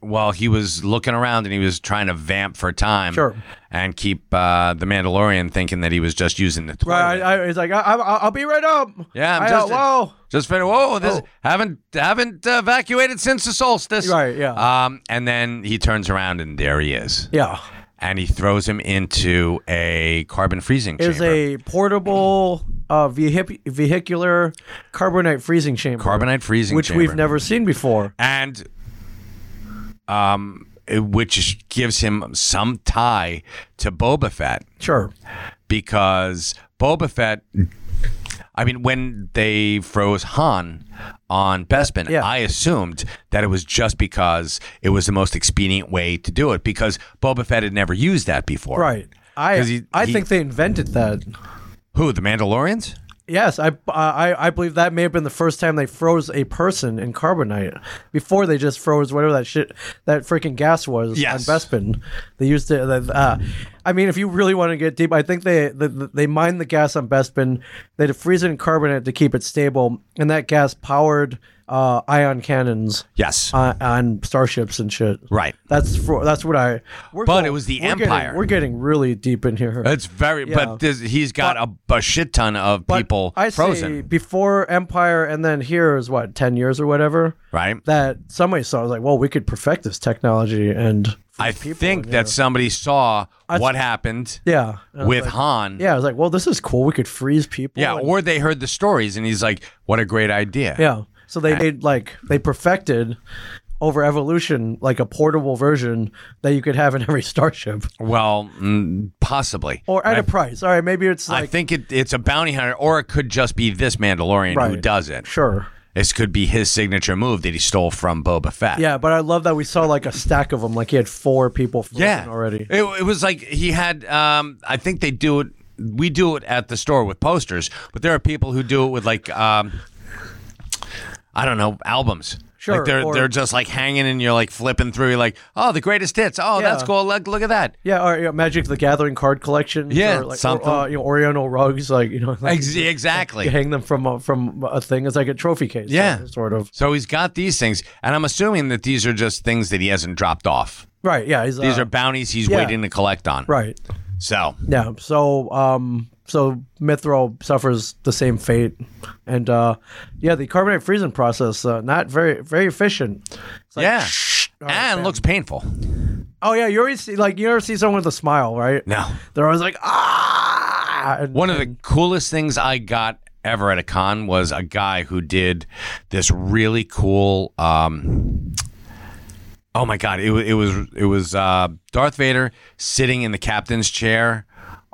B: while he was looking around and he was trying to vamp for time
A: Sure.
B: and keep uh, the Mandalorian thinking that he was just using the toilet.
A: Right, I, I, it's like I, I, I'll be right up.
B: Yeah, I'm
A: I, uh,
B: just-
A: whoa.
B: Just finished. Whoa, this
A: Oh.
B: haven't haven't uh, evacuated since the solstice.
A: Right, yeah.
B: Um, and then he turns around and there he is,
A: Yeah,
B: and he throws him into a carbon freezing
A: it's
B: chamber.
A: a portable uh, vehi- vehicular carbonite freezing chamber,
B: carbonite freezing
A: which
B: chamber,
A: we've never seen before.
B: and um, it- which gives him some tie to Boba Fett
A: Sure.
B: because Boba Fett. I mean, when they froze Han on Bespin,
A: Yeah.
B: I assumed that it was just because it was the most expedient way to do it because Boba Fett had never used that before.
A: Right. I
B: 'Cause he-
A: I
B: he-
A: think they invented that.
B: Who, the Mandalorians?
A: Yes, I, I I believe that may have been the first time they froze a person in carbonite. Before they just froze whatever that shit that freaking gas was
B: Yes.
A: on Bespin. They used to. Uh, I mean, if you really want to get deep, I think they the, they mined the gas on Bespin. They would freeze it in carbonate to keep it stable, and that gas powered uh, ion cannons
B: Yes.
A: on, on starships and shit.
B: right.
A: That's for that's what I. We're
B: But it was the
A: we're
B: Empire.
A: Getting, we're getting really deep in here.
B: It's very,
A: Yeah.
B: but this, he's got a, a shit ton of
A: But
B: people
A: I say
B: frozen.
A: before Empire and then here is what ten years or whatever
B: Right.
A: that somebody saw. I was like, well, we could perfect this technology and
B: I think that somebody saw what happened
A: yeah, And I was
B: with
A: like-
B: Han.
A: yeah. I was like, well, this is cool. We could freeze people.
B: Yeah,
A: and-
B: or they heard the stories and he's like, what a great idea.
A: yeah. So they they like they perfected over evolution like a portable version that you could have in every starship
B: Well, mm, possibly.
A: or at a price. All right, maybe it's
B: I
A: like
B: think it, it's a bounty hunter, or it could just be this Mandalorian who
A: Right.
B: does it.
A: sure.
B: This could be his signature move that he stole from Boba Fett.
A: Yeah, but I love that we saw like a stack of them. Like he had four people frozen
B: yeah.
A: already.
B: It, it was like he had. Um, I think they do it. We do it at the store with posters, but there are people who do it with like, um, I don't know, albums.
A: Sure,
B: Like they're
A: or-
B: they're just like hanging, and you're like flipping through. You're like, oh, the greatest hits. Oh,
A: Yeah.
B: that's cool. Look, look at that.
A: Yeah, or you know, Magic the Gathering card collection.
B: Yeah,
A: or like,
B: something.
A: Or, uh, you know, Oriental rugs, like you know, like
B: Ex- exactly.
A: you hang them from a, from a thing. It's like a trophy case. uh,
B: Yeah.
A: sort- sort of.
B: So he's got these things, and I'm assuming that these are just things that he hasn't dropped off.
A: Right. Yeah. He's,
B: These
A: uh,
B: are bounties he's
A: yeah.
B: waiting to collect on.
A: right.
B: So
A: Yeah. So um, so Mithril suffers the same fate, and uh, yeah, the carbonate freezing process uh, not very very efficient. It's like,
B: yeah,
A: all right,
B: and
A: bam.
B: looks painful.
A: oh yeah, you always see like you never see someone with a smile, right?
B: No,
A: They're always like ah. And,
B: one of the coolest things I got ever at a con was a guy who did this really cool. Um, oh my god, it, wa- it was it was uh, Darth Vader sitting in the captain's chair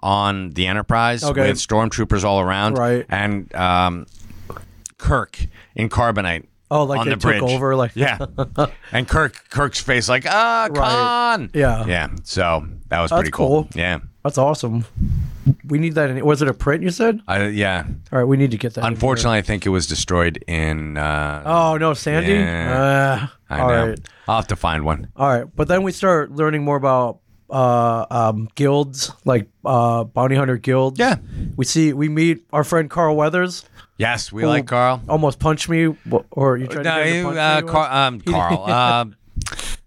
B: on the Enterprise
A: Okay.
B: with stormtroopers all around,
A: Right.
B: And um, Kirk in carbonite.
A: oh, like
B: on
A: they
B: the
A: took
B: bridge.
A: over, like
B: Yeah. and Kirk Kirk's face like, ah, con.
A: Yeah.
B: Yeah. So that was pretty
A: cool.
B: Yeah.
A: That's awesome. We need that. In, was it a print you said?
B: I, yeah.
A: All right, we need to get that. in here.
B: Unfortunately, I think it was destroyed in. Uh,
A: Oh no, Sandy.
B: Yeah.
A: Uh,
B: I
A: all
B: know.
A: right.
B: I'll have to find one.
A: all right. But then we start learning more about uh, um, guilds, like uh, bounty hunter guilds.
B: Yeah.
A: we see we meet our friend Carl Weathers.
B: Yes, we like Carl.
A: Almost punched me, wh- or you Oh, tried to,
B: No,
A: get him to
B: he,
A: punch
B: uh,
A: me
B: Carl. Um, Carl. Uh,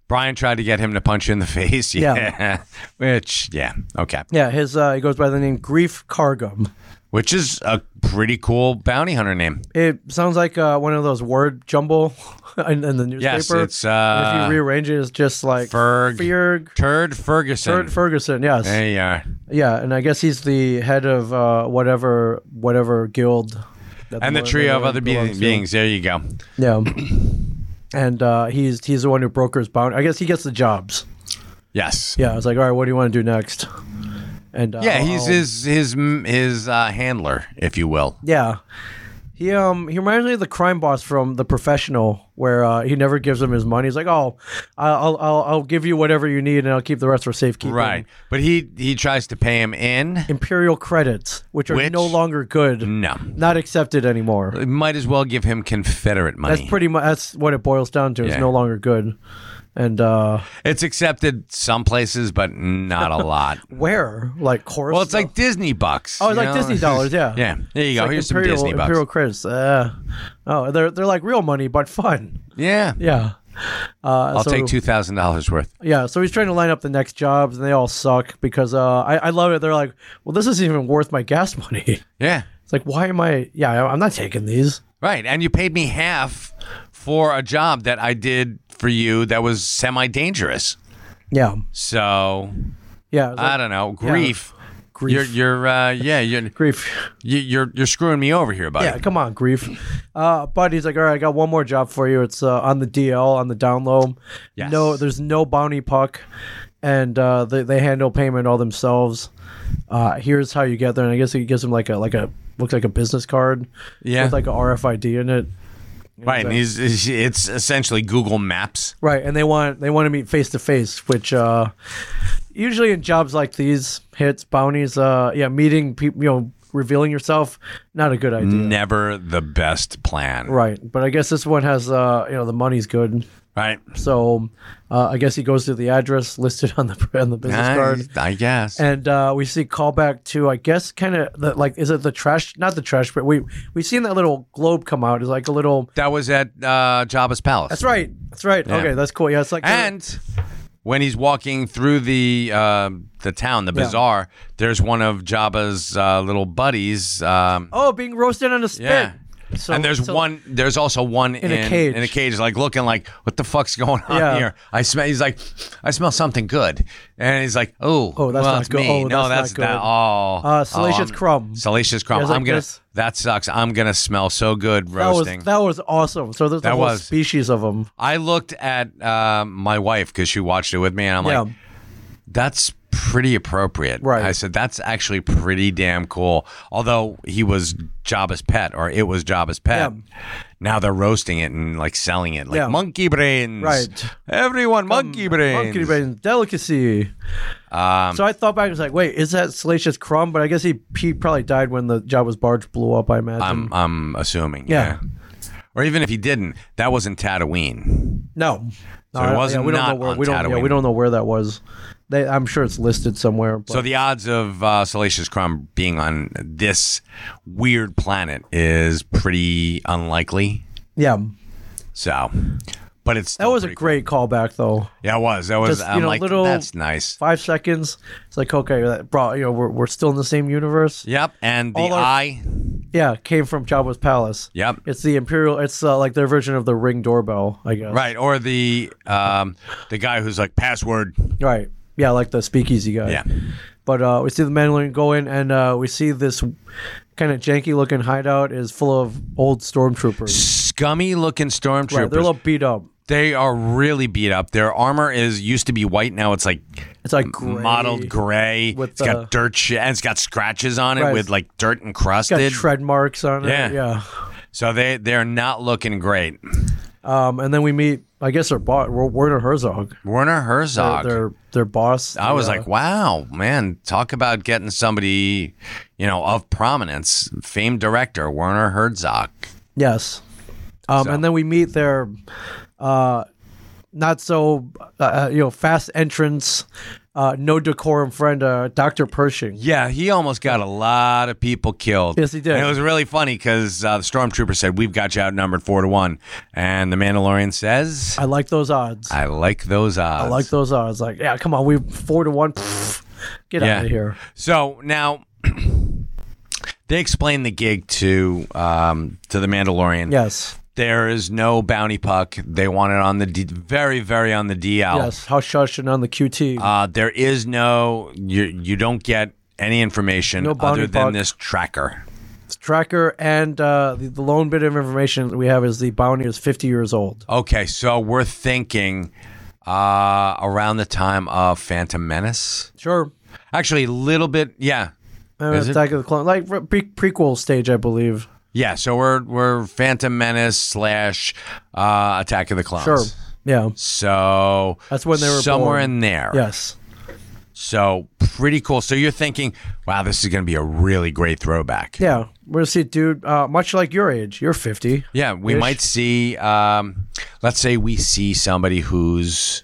B: Brian tried to get him to punch you in the face.
A: Yeah.
B: Yeah. Which, yeah. Okay.
A: Yeah, his uh, he goes by the name Grief Cargum.
B: Which is a pretty cool bounty hunter name.
A: It sounds like uh, one of those word jumble in, in the newspaper.
B: Yes, it's
A: And if
B: uh,
A: you rearrange it, it's just like
B: Ferg.
A: Ferg-
B: Turd Ferguson.
A: Bert Ferguson, yes,
B: There you are.
A: yeah, and I guess he's the head of uh, whatever whatever guild. that
B: and the
A: one-
B: trio of
A: one
B: other be-
A: belongs to.
B: beings. There you go.
A: Yeah, and uh, he's he's the one who brokers bound. I guess he gets the jobs.
B: Yes.
A: Yeah, I was like, all right, what do you want to do next? And uh,
B: Yeah, he's
A: I'll-
B: his his his uh, handler, if you will.
A: yeah. He um he reminds me of the crime boss from The Professional, where uh, he never gives him his money. He's like, oh, I'll I'll I'll give you whatever you need, and I'll keep the rest for safekeeping.
B: Right. But he he tries to pay him in.
A: Imperial credits, which are
B: Which- Mm.
A: no longer good,
B: No.
A: not accepted anymore.
B: Might as well give him Confederate money.
A: That's pretty much that's what it boils down to. It's
B: Yeah.
A: no longer good. And uh
B: it's accepted some places, but not a lot.
A: where? Like course.
B: Well, it's like Disney bucks.
A: Oh, it's
B: you
A: like Disney dollars, yeah.
B: yeah. There you go. Here's
A: Imperial,
B: some Disney bucks.
A: Imperial credits. Uh, oh, they're they're like real money but fun.
B: Yeah.
A: Yeah. Uh,
B: I'll
A: so-
B: take two thousand dollars worth.
A: Yeah, so he's trying to line up the next jobs, and they all suck because uh, I, I love it. They're like, well, this isn't even worth my gas money.
B: Yeah,
A: It's like, why am I? Yeah, I- I'm not taking these.
B: right. And you paid me half for a job that I did for you that was semi dangerous.
A: Yeah,
B: So
A: yeah, it's
B: I
A: like,
B: don't know. Grief.
A: Grief.
B: You're you're uh, yeah you're
A: grief.
B: you- you're you're screwing me over here, buddy.
A: Yeah, come on, grief. Uh, but he's like, all right, I got one more job for you. It's uh, on the DL, on the down low.
B: Yes.
A: No, there's no bounty puck, and uh, they, they handle payment all themselves. Uh, here's how you get there, and I guess he gives him like a like a looks like a business card.
B: Yeah.
A: with like a RFID in it.
B: right. And he's, he's- it's essentially Google Maps.
A: Right, and they want they want to meet face to face, which uh, usually in jobs like these, hits bounties, uh, yeah, meeting people, you know, revealing yourself, not a good
B: Mm.
A: idea.
B: Never the best plan.
A: Right, but I guess this one has uh, you know, the money's good,
B: Right.
A: so uh, I guess he goes through the address listed on the on the business card.
B: I, I guess.
A: And uh, we see callback to I guess kind of like is it the trash not the trash but we we seen that little globe come out it's like a little
B: that was at uh, Jabba's palace.
A: that's right that's right okay that's cool yeah it's like
B: And when he's walking through the uh, the town, the bazaar, there's one of Jabba's uh, little buddies. Um,
A: oh being roasted on a spit
B: yeah.
A: So-
B: and there's
A: so-
B: one. There's also one in,
A: a cage.
B: In a cage, like looking like, what the fuck's going on
A: Yeah.
B: here? I smell. He's like, I smell something good, and he's like, oh,
A: Oh, that's
B: well,
A: not
B: it's
A: good. Oh,
B: Me. no,
A: that's not
B: that's,
A: good.
B: not. Oh,
A: Uh,
B: oh,
A: Salacious
B: I'm-
A: Crumb.
B: Salacious crumb.
A: It's
B: I'm
A: like
B: gonna.
A: this.
B: That sucks. I'm gonna smell so good
A: That was
B: roasting.
A: that was awesome. So there's a
B: That
A: whole
B: was.
A: species of them.
B: I looked at uh, my wife because she watched it with me, and I'm
A: Yeah.
B: like, that's pretty appropriate.
A: Right.
B: I said, that's actually pretty damn cool. Although he was Jabba's pet, or it was Jabba's pet. Now they're roasting it and like selling it, like
A: Yeah.
B: monkey brains.
A: Right.
B: Everyone, monkey brains.
A: Monkey brains, delicacy. Um, so I thought back, I was like, wait, is that Salacious Crumb? But I guess he he probably died when the Jabba's barge blew up. I imagine.
B: I'm, I'm assuming.
A: Yeah.
B: Yeah. Or even if he didn't, that wasn't Tatooine.
A: no, no,
B: it
A: I-
B: was
A: we don't
B: not
A: know where
B: on
A: we don't yeah,
B: Tatooine.
A: we don't know where that was. They, I'm sure it's listed somewhere. But
B: So the odds of uh, Salacious Crumb being on this weird planet is pretty unlikely.
A: yeah,
B: So, but it's
A: that was a great callback though.
B: yeah, it was that was
A: Just, you
B: I'm
A: know,
B: like
A: little-
B: that's nice.
A: Five seconds. It's like okay, that brought you know we're, we're still in the same universe.
B: Yep, and the
A: All our-
B: eye.
A: Yeah, came from Jabba's palace.
B: Yep.
A: It's the imperial. It's uh, like their version of the ring doorbell, I guess.
B: Right, or the um, the guy who's like password.
A: Right. Yeah, like the speakeasy guy.
B: Yeah.
A: But uh, we see the Mandalorian go in, and uh, we see this kind of janky looking hideout is full of old stormtroopers.
B: Scummy looking stormtroopers.
A: Right, they're a little beat up.
B: they are really beat up. Their armor is used to be white. Now it's like
A: It's like gray.
B: mottled gray.
A: With
B: it's got
A: the-
B: dirt sh- and it's got scratches on it
A: Right.
B: with like dirt
A: Got
B: encrusted.
A: tread marks on it.
B: Yeah.
A: Yeah.
B: so they they're not looking great.
A: Um, and then we meet, I guess, their boss, Werner Herzog,
B: Werner
A: their,
B: Herzog.
A: their their boss.
B: I was
A: Yeah.
B: like, wow, man, talk about getting somebody, you know, of prominence, famed director Werner Herzog.
A: yes. Um,
B: So-
A: And then we meet their, uh, not so, uh, you know, fast entrance, uh, no decorum friend, uh, Doctor Pershing.
B: Yeah, he almost got a lot of people killed.
A: Yes, he did.
B: And it was really funny because uh, the stormtrooper said, "We've got you outnumbered four to one," and the Mandalorian says,
A: I like those odds.
B: "I like those odds."
A: I like those odds. Like, yeah, come on, we four to one. Pfft, get
B: Yeah.
A: out of here.
B: So now they explain the gig to um, to the Mandalorian.
A: Yes,
B: There is no bounty puck. They want it on the D- very, very on the DL.
A: yes. How shush and on the QT.
B: Oh. Uh, there is no you. You don't get any information
A: No bounty
B: other than
A: bug.
B: this tracker.
A: Tracker and uh, the, the lone bit of information that we have is the bounty is fifty years old.
B: Okay, so we're thinking uh, around the time of Phantom Menace.
A: Sure.
B: Actually, a little bit. Yeah,
A: Uh,
B: Is it?
A: Attack of the Clone, like pre- prequel stage, I believe.
B: yeah. So we're we're Phantom Menace slash uh, Attack of the Clones.
A: Sure. Yeah.
B: So
A: That's when they were
B: somewhere
A: born.
B: in there.
A: Yes.
B: So pretty cool. So you're thinking, wow, this is going to be a really great throwback.
A: Yeah. We're gonna see, dude. Uh, much like your age, you're fifty.
B: Yeah, we might see. Um, let's say we see somebody who's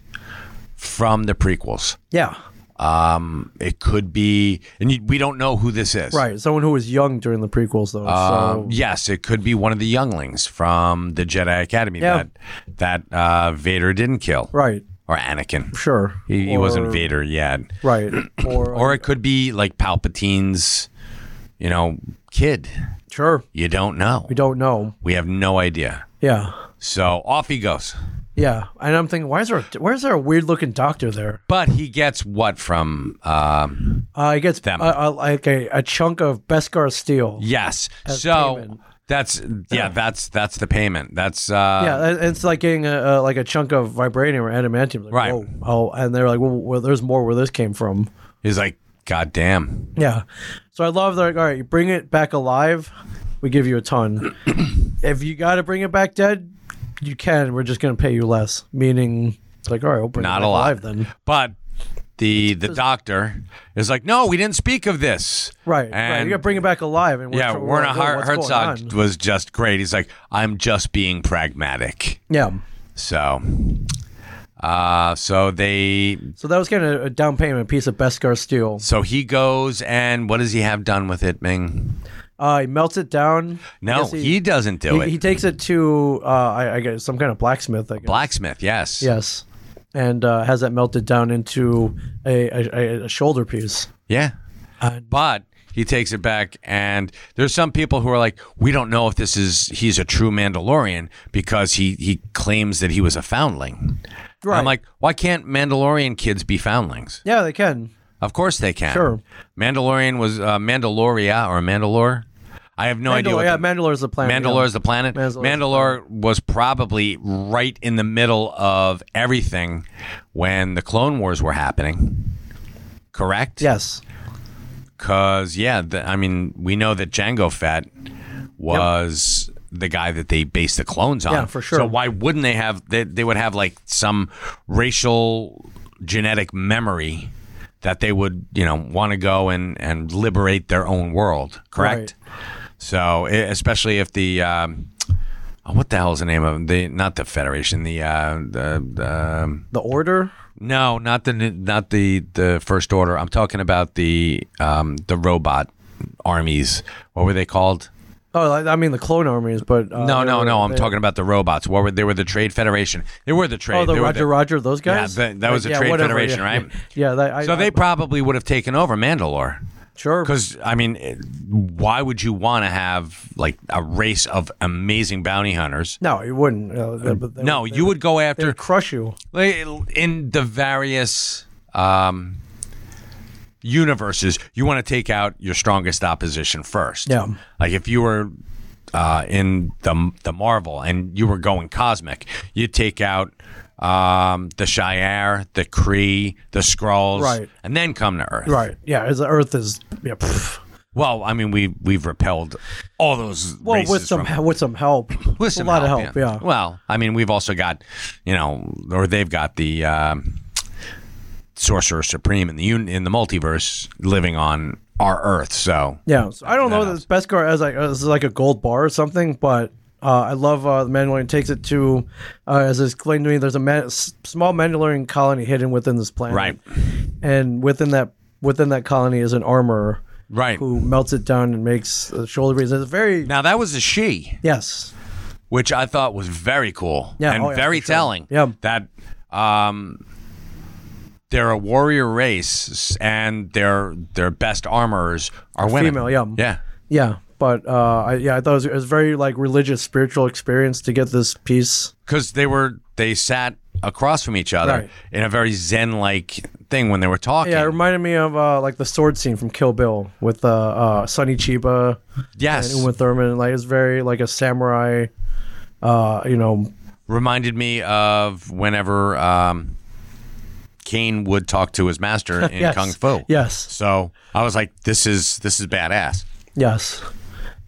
B: from the prequels.
A: Yeah.
B: Um, it could be, and you, we don't know who this is.
A: Right, someone who was young during the prequels, though.
B: Um,
A: so
B: yes, it could be one of the younglings from the Jedi Academy
A: Yeah.
B: that that uh, Vader didn't kill,
A: right,
B: or Anakin.
A: sure.
B: He, he
A: Or-
B: wasn't Vader yet.
A: Right, or,
B: Or it could be like Palpatine's, you know, kid.
A: sure.
B: You don't know.
A: We don't know.
B: We have no idea.
A: Yeah,
B: So off he goes.
A: yeah. And I'm thinking, why is there a, why is there a weird looking doctor there?
B: But he gets what from? Um,
A: Uh, he gets
B: Them.
A: uh, uh, like a, a chunk of Beskar steel.
B: yes. so
A: payment.
B: that's yeah. That's that's the payment. That's uh,
A: Yeah, it- it's like getting a, a, like a chunk of vibranium or adamantium. Like,
B: Right.
A: Whoa. Oh, and they're like, well, well, there's more where this came from.
B: He's like, God damn.
A: Yeah. So I love that. All right, you bring it back alive, we give you a ton. if you got to bring it back dead, you can. We're just going to pay you less. Meaning, it's like, all right, we'll bring it
B: Not
A: back
B: a lot.
A: alive then.
B: But the the doctor is like, no, we didn't speak of this.
A: Right. right.
B: And-
A: You got to bring it back alive. And we're
B: Yeah,
A: tr- we're
B: Werner
A: like, whoa,
B: Her-
A: what's going
B: Herzog
A: on?
B: was just great. He's like, I'm just being pragmatic.
A: Yeah.
B: So, uh, so they,
A: So that was kind of a down payment piece of Beskar steel.
B: so he goes and what does he have done with it, Ming?
A: Uh, he melts it down. I
B: No,
A: guess
B: he, doesn't do
A: he,
B: it.
A: he takes it to uh, I, I guess some kind of blacksmith. I guess.
B: Blacksmith, yes,
A: Yes, and uh, has that melted down into a a, a, a shoulder piece.
B: yeah.
A: Uh,
B: But he takes it back, and there's some people who are like, we don't know if this is he's a true Mandalorian because he he claims that he was a foundling.
A: Right.
B: I'm like, why can't Mandalorian kids be foundlings?
A: Yeah, they can.
B: Of course they can.
A: Sure.
B: Mandalorian was uh, Mandaloria or Mandalore. I have no idea.
A: Mandalore,
B: What
A: yeah,
B: the-
A: Mandalore is the planet.
B: Mandalore is
A: yeah.
B: the planet.
A: Mandalore is the
B: Mandalore was probably right in the middle of everything when the Clone Wars were happening. Correct?
A: Yes.
B: Because, yeah, the, I mean, we know that Django Fett was the guy that they based the clones on.
A: Yeah, for sure.
B: So why wouldn't they have, they, they would have like some racial genetic memory that they would, you know, want to go and, and liberate their own world. Correct? So e- especially if the, um, oh, what the hell is the name of 'em? The, not the Federation, the, uh, the, the um,
A: The Order.
B: no, not the not the the first order. I'm talking about the um the robot armies. What were they called?
A: Oh, I I mean the clone armies, but uh,
B: No,
A: they
B: no,
A: were-
B: no. I'm
A: they-
B: talking about the robots. What were they were the Trade Federation? They were the trade.
A: Oh, the
B: they were
A: Roger, Roger, those guys.
B: Yeah, that- that was the Trade Federation,
A: yeah.
B: right?
A: Yeah, that, I,
B: So they
A: I,
B: probably would have taken over Mandalore.
A: sure
B: Because I mean, eh, why would you want to have like a race of amazing bounty hunters?
A: no, you wouldn't. Uh, they- but they-
B: No,
A: they
B: you would go
A: they
B: after
A: would crush you.
B: Like, in the various um, universes, you want to take out your strongest opposition first.
A: Yeah.
B: Like if you were uh, in the the Marvel and you were going cosmic, you take out um, the Shire, the Kree, the Skrulls,
A: Right.
B: and then come to Earth.
A: Right. Yeah, as the Earth is. Yeah. pff.
B: Well, I mean, we we've repelled all those.
A: Well,
B: races
A: with some
B: from-
A: with some help,
B: with some
A: a lot of help. Yeah.
B: Well, I mean, we've also got, you know, or they've got the um, Sorcerer Supreme in the un- in the multiverse living on our Earth. So
A: Yeah, so I don't know that Beskar as like as like a gold bar or something, but uh, I love uh, the Mandalorian takes it to uh, as it's explained to me. There's a ma- s- small Mandalorian colony hidden within this planet,
B: Right.
A: And within that within that colony is an armorer
B: right
A: who melts it down and makes the shoulder breeze. It's very
B: now that was a she,
A: yes,
B: which I thought was very cool
A: Yeah,
B: and
A: oh, yeah,
B: very
A: for sure.
B: telling.
A: Yeah.
B: that um, they're a warrior race, and their their best armorers are women.
A: female, yeah.
B: yeah.
A: yeah. But uh, I, yeah, I thought it was, it was very like religious, spiritual experience to get this piece.
B: because they were they sat across from each other
A: Right.
B: in a very zen like thing when they were talking.
A: Yeah, it reminded me of uh, like the sword scene from Kill Bill with uh, uh, Sonny Chiba.
B: yes,
A: Uma Thurman. Like it's very like a samurai, uh, you know.
B: reminded me of whenever um, Kane would talk to his master in
A: Yes.
B: kung fu.
A: Yes,
B: So I was like, this is this is badass.
A: yes.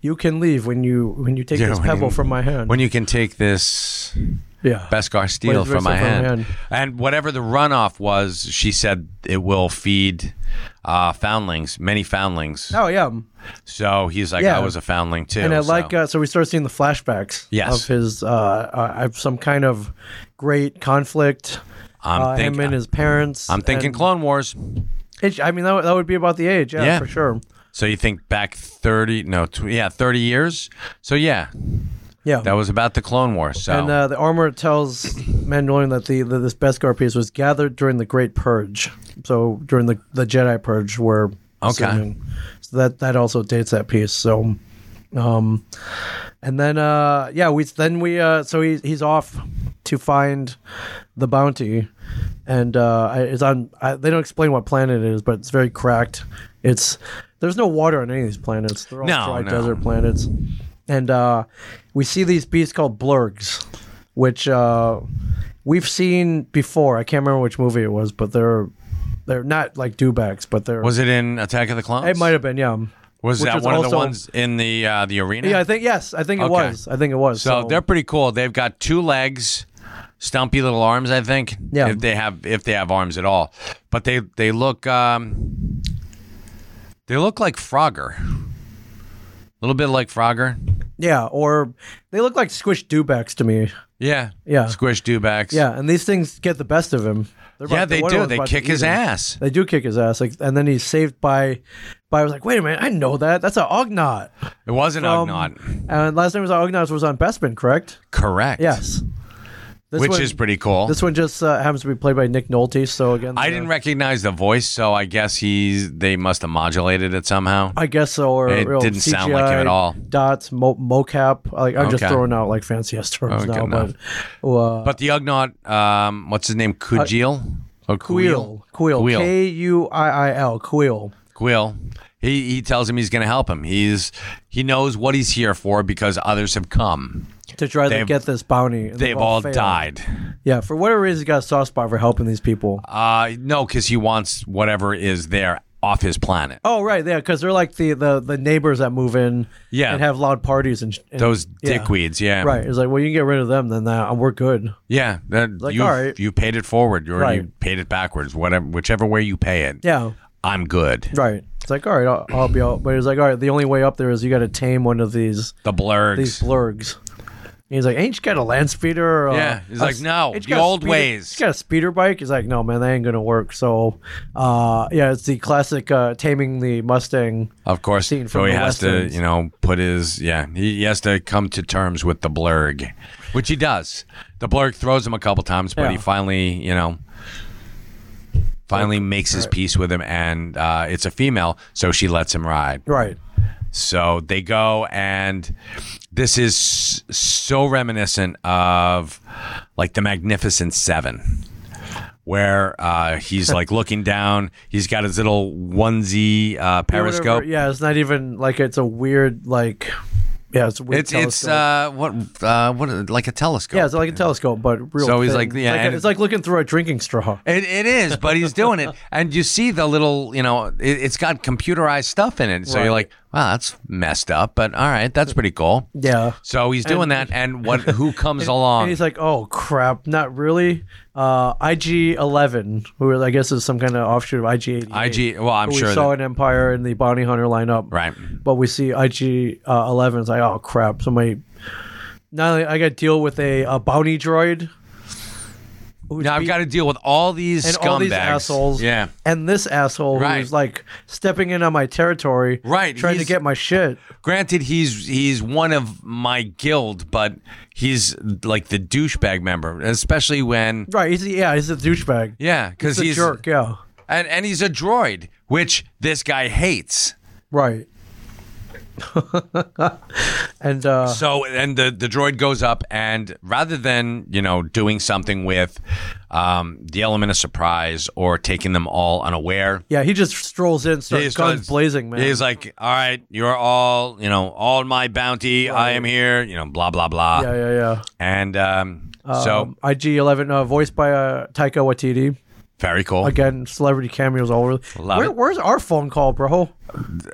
A: You can leave when you when you take
B: Yeah,
A: this
B: when you-
A: pebble from my hand.
B: When you can take this
A: yeah,
B: Beskar steel
A: Wait,
B: from
A: where's
B: my
A: it from
B: hand.
A: hand?
B: and whatever the runoff was, she said it will feed uh, foundlings, many foundlings.
A: Oh yeah,
B: So he's like,
A: Yeah.
B: I was a foundling too.
A: and I
B: so-
A: like uh, so we start seeing the flashbacks
B: Yes.
A: of his uh, uh, some kind of great conflict.
B: I'm
A: uh,
B: thinking-
A: him and his parents.
B: I'm thinking
A: and-
B: Clone Wars.
A: It, I mean, that, would- that would be about the age, yeah,
B: Yeah.
A: for sure.
B: So you think back 30, no, tw- yeah, 30 years. So yeah,
A: Yeah.
B: that was about the Clone Wars. So
A: and uh, the armor tells Mandalorian that the, the this Beskar piece was gathered during the Great Purge. So during the, the Jedi Purge, we're
B: Okay.
A: assuming. So that that also dates that piece. So, um, and then uh, yeah, we then we uh, so he's he's off to find the bounty, and uh, I- it's on. I, they don't explain what planet it is, but it's very cracked. It's there's no water on any of these planets. They're all
B: No,
A: dry
B: no.
A: desert planets, and uh, we see these beasts called blurgs, which uh, we've seen before. I can't remember which movie it was, but they're they're not like dewbacks, but they're
B: was it in Attack of the Clones?
A: it might have been yeah.
B: Was
A: which
B: that
A: was
B: one of the
A: also-
B: ones in the uh, the arena?
A: Yeah, I think yes, I think it
B: Okay.
A: was. I think it was.
B: So they're pretty cool. They've got two legs, stumpy little arms. I think.
A: Yeah.
B: If they have, if they have arms at all, but they they look um, they look like Frogger. A little bit like Frogger.
A: yeah, or they look like squished dewbacks to me.
B: Yeah.
A: Yeah.
B: Squish dewbacks.
A: Yeah, and these things get the best of him. They're
B: Yeah,
A: about-
B: they
A: one of
B: do.
A: them's
B: They
A: about to
B: kick
A: eat
B: his
A: him.
B: ass.
A: They do kick his ass, like, and then he's saved by, by. I was like, wait a minute, I know that. That's an Ognaut.
B: It wasn't
A: Um,
B: Ugnaught.
A: And last name was Ognaut was on Bespin, correct?
B: Correct.
A: Yes. This
B: Which
A: one-
B: is pretty cool.
A: This one just uh, happens to be played by Nick Nolte. So again,
B: I
A: uh,
B: didn't recognize the voice, so I guess he's they must have modulated it somehow.
A: I guess so. Or
B: It
A: real
B: didn't sound like
A: CGI
B: him at all.
A: Dots, mo- mocap. Like I'm just
B: Okay. Oh,
A: throwing out like fancy ass terms
B: Okay,
A: now,
B: no.
A: but uh,
B: But the Ugnaught, um, what's his name? Kujil? Or
A: Quill, Quill,
B: Quill.
A: K U I I L, Quill.
B: Quill. He he tells him he's going to help him. He's he knows what he's here for because others have come.
A: to try to
B: They've-
A: get this bounty. and
B: They've all
A: failed.
B: died.
A: Yeah, for whatever reason, he got a soft spot for helping these people.
B: Uh, no, because he wants whatever is there off his planet.
A: Oh, right, yeah, because they're like the, the the neighbors that move in,
B: Yeah.
A: and have loud parties and, sh- and
B: Those
A: yeah.
B: dickweeds, yeah,
A: Right, it's like, well, you can get rid of them, then that and we're good.
B: yeah. That,
A: Like,
B: you
A: all right.
B: you paid it forward, or you
A: Right.
B: paid it backwards, whatever, whichever way you pay it.
A: Yeah,
B: I'm good.
A: right. It's like, all right, I'll, I'll be out. But he's like, all right, the only way up there is you got to tame one of these
B: The blurgs.
A: these blurgs. And he's like, ain't you got a land speeder? Or a-
B: Yeah, he's
A: a
B: like,
A: s-
B: no,
A: ain't you
B: the
A: got a
B: old
A: speeder-
B: ways."
A: He's got a speeder bike. He's like, no, man, that ain't gonna work. So, uh, yeah, it's the classic uh, taming the Mustang.
B: Of course.
A: scene
B: so
A: from
B: he
A: the
B: has
A: Westerns.
B: to, you know, put his yeah. He, he has to come to terms with the blurg, which he does. The blurg throws him a couple times, but he
A: Yeah.
B: finally, you know, finally makes his peace with him, and uh, it's a female, so she lets him ride.
A: Right.
B: So they go, and this is s- so reminiscent of like the Magnificent Seven, where uh, he's like looking down. He's got his little onesie
A: Yeah,
B: uh,
A: whatever.
B: periscope.
A: Yeah, it's not even like it's a weird like. Yeah, it's a weird.
B: It's it's
A: telescope.
B: uh what uh what like a telescope.
A: yeah, it's like a telescope, but real.
B: So he's
A: thin.
B: like, yeah,
A: it's like,
B: and-
A: it's like looking through a drinking straw.
B: It, it is, but he's doing it, and you see the little, you know, it, it's got computerized stuff in it. So
A: Right.
B: you're like, wow, that's messed up, but all right, that's pretty cool.
A: Yeah.
B: So he's doing that, and what? Who comes along?
A: And he's like, "Oh crap, not really." Uh, IG Eleven, who I guess is some kind of offshoot of IG eighty.
B: IG. Well, I'm
A: we
B: sure.
A: saw
B: that-
A: an Empire and the Bounty Hunter lineup,
B: Right.
A: But we see IG uh, Eleven. It's like, oh crap, somebody. Not only I got to deal with a, a bounty droid. who's
B: Now I've
A: beat-
B: got to deal with all these
A: and
B: scumbags.
A: all these assholes.
B: Yeah.
A: And this asshole
B: Right.
A: who's like stepping in on my territory,
B: Right,
A: Trying to
B: he's-
A: get my shit.
B: Granted, he's he's one of my guild, but he's like the douchebag member, especially when.
A: Right? He's yeah, he's a douchebag.
B: Yeah, because
A: he's a
B: he's
A: jerk. Yeah,
B: and and he's a droid, which this guy hates.
A: right. and uh,
B: So and the the droid goes up, and rather than you know doing something with um, the element of surprise or taking them all unaware.
A: yeah, he just strolls in, starts
B: he
A: guns
B: starts-
A: blazing, man.
B: He's like, "All right, you're all, you know, all my bounty. I am here, you know, blah blah blah."
A: yeah, yeah, yeah.
B: And um, so
A: Um, IG Eleven, uh, voiced by uh, Taika Waititi.
B: very cool.
A: Again, celebrity cameos all over.
B: Love
A: Where,
B: it.
A: Where's our phone call, bro?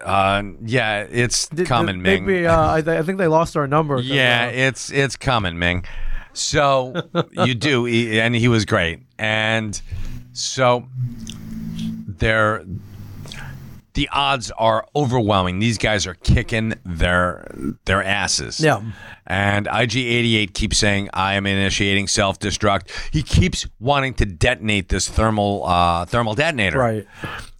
B: Uh, yeah, it's coming, Ming.
A: Maybe uh, I, th- I think they lost our number. 'cause,
B: Yeah,
A: uh,
B: it's it's coming, Ming. So you do, he- and he was great. And so there, the odds are overwhelming. These guys are kicking their their asses.
A: Yeah.
B: And IG88 keeps saying, "I am initiating self-destruct." He keeps wanting to detonate this thermal uh, thermal detonator.
A: Right.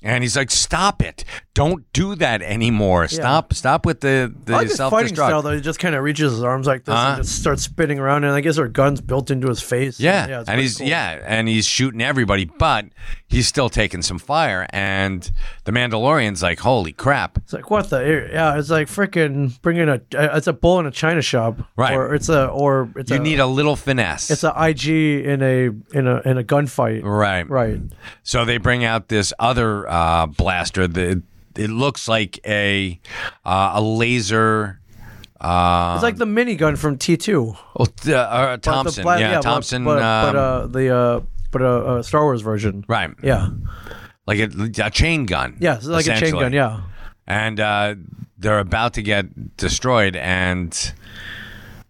B: And he's like, "Stop it! Don't do that anymore! Stop! Stop with the the
A: I like his fighting
B: self-destruct."
A: style though. He just kind of reaches his arms like this
B: Uh-huh.
A: and just starts spinning around, and I guess there are guns built into his face.
B: Yeah,
A: it's
B: and
A: pretty
B: he's
A: cool.
B: yeah, and he's shooting everybody, but he's still taking some fire. And the Mandalorian's like, "Holy crap!"
A: It's like what the yeah. It's like freaking bringing a uh, it's a bull in a china shop,
B: Right.
A: Or it's a or it's
B: You
A: a,
B: need a little finesse.
A: it's a IG in a in a in a gunfight,
B: right,
A: right?
B: So they bring out this other uh, blaster that it looks like a uh, a laser. Uh,
A: It's like the minigun from T two.
B: oh, th- uh, Thompson, yeah, Thompson,
A: but, but,
B: um,
A: uh, the uh, but uh, uh, Star Wars version,
B: right?
A: Yeah,
B: Like a, a chain gun.
A: yeah, it's like a chain
B: essentially.
A: gun, yeah.
B: And uh, they're about to get destroyed, and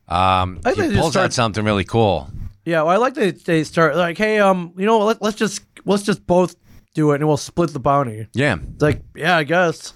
B: um,
A: I
B: he
A: think they just
B: pulls out
A: start-
B: something really cool.
A: Yeah, well, I like that they start like, hey, um, you know, what, let, let's just let's just both do it, and we'll split the bounty.
B: Yeah,
A: It's like, yeah, I guess.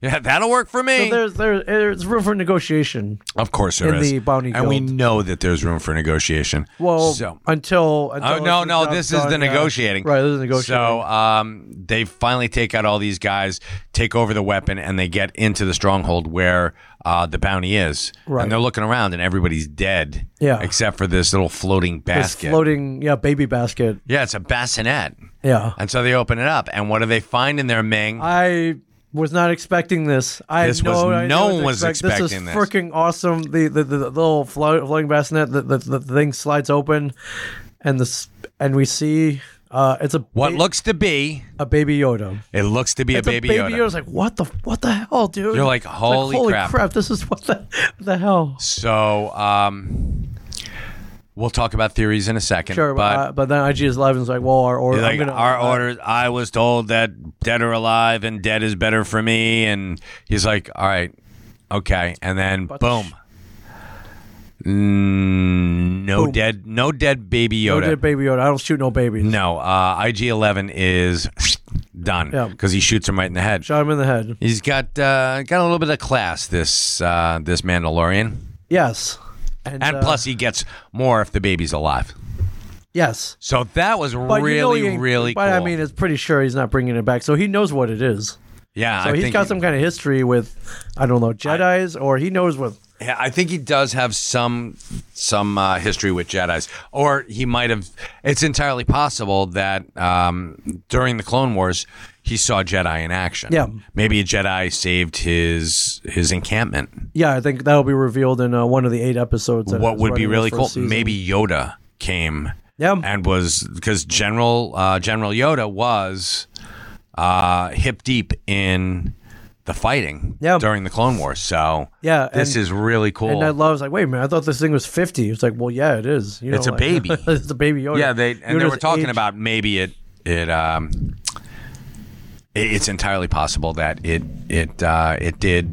B: yeah, that'll work for
A: So
B: me.
A: there's there, there's room for negotiation.
B: of course, there
A: in
B: is.
A: the bounty
B: and we
A: guild.
B: know that there's room for negotiation.
A: Well,
B: so
A: until, until
B: Oh no,
A: it's
B: no!
A: not
B: This is
A: done,
B: the
A: yeah.
B: negotiating.
A: Right, this is negotiating.
B: So um, they finally take out all these guys, take over the weapon, and they get into the stronghold where uh, the bounty is.
A: Right.
B: And they're looking around, and everybody's dead.
A: Yeah.
B: Except for this little floating
A: This
B: basket.
A: floating, yeah, baby basket,
B: yeah, it's a bassinet.
A: yeah.
B: And so they open it up, and what do they find in there, Ming?
A: I was not expecting this. I had
B: This
A: no,
B: was-
A: idea
B: no
A: what to
B: one was
A: expect.
B: expecting this.
A: This is freaking awesome. The the, the, the little flo- floating bassinet, the, the the thing slides open, and this and we see uh, it's a
B: what
A: ba-
B: looks to be,
A: a baby Yoda.
B: it looks to be
A: It's
B: a baby, Yoda.
A: Yoda's like what the what the hell, dude?
B: You're like,
A: It's
B: "Holy
A: holy
B: crap."
A: This is what the what the hell.
B: So um, we'll talk about theories in a second.
A: Sure, but,
B: but
A: uh, but then IG is live and is like, well, our order,
B: like
A: I'm gonna,
B: our
A: uh,
B: orders i was told that dead or alive and dead is better for me and he's like all right okay and then boom Mm, no
A: Boom.
B: dead no dead baby
A: no
B: yoda
A: dead baby Yoda. I don't shoot no babies.
B: no uh, ig11 is done
A: Yeah.
B: because he shoots him right in the head
A: Shot him in the head.
B: he's got uh, got a little bit of class this uh, this mandalorian
A: Yes.
B: and
A: uh,
B: plus he gets more if the baby's alive
A: yes.
B: so that was
A: But
B: really
A: you know he ain't-
B: really
A: But
B: cool
A: I mean, it's pretty sure he's not bringing it back, so he knows what it is.
B: yeah
A: So
B: I
A: he's
B: think
A: got some kind of history with, I don't know, Jedi's, or he knows what.
B: Yeah, I think he does have some some uh, history with Jedi's, or he might have. It's entirely possible that um, during the Clone Wars, he saw Jedi in action.
A: Yeah.
B: maybe a Jedi saved his his encampment.
A: Yeah, I think that'll be revealed in uh, one of the eight episodes. that
B: what
A: is
B: would be
A: running
B: really
A: this
B: cool?
A: first season.
B: Maybe Yoda came.
A: Yeah.
B: and was because General uh, General Yoda was uh, hip deep in the fighting
A: Yeah.
B: during the Clone Wars. So
A: Yeah,
B: this
A: and-
B: is really cool.
A: And I love. It's like, wait, man, I thought this thing was fifty. It's like, well, yeah, it is. You know,
B: It's a
A: like-
B: baby.
A: it's a baby Yoda.
B: Yeah, they and they
A: Yoda's
B: were talking
A: age-
B: about maybe it it um it, it's entirely possible that it it uh, it did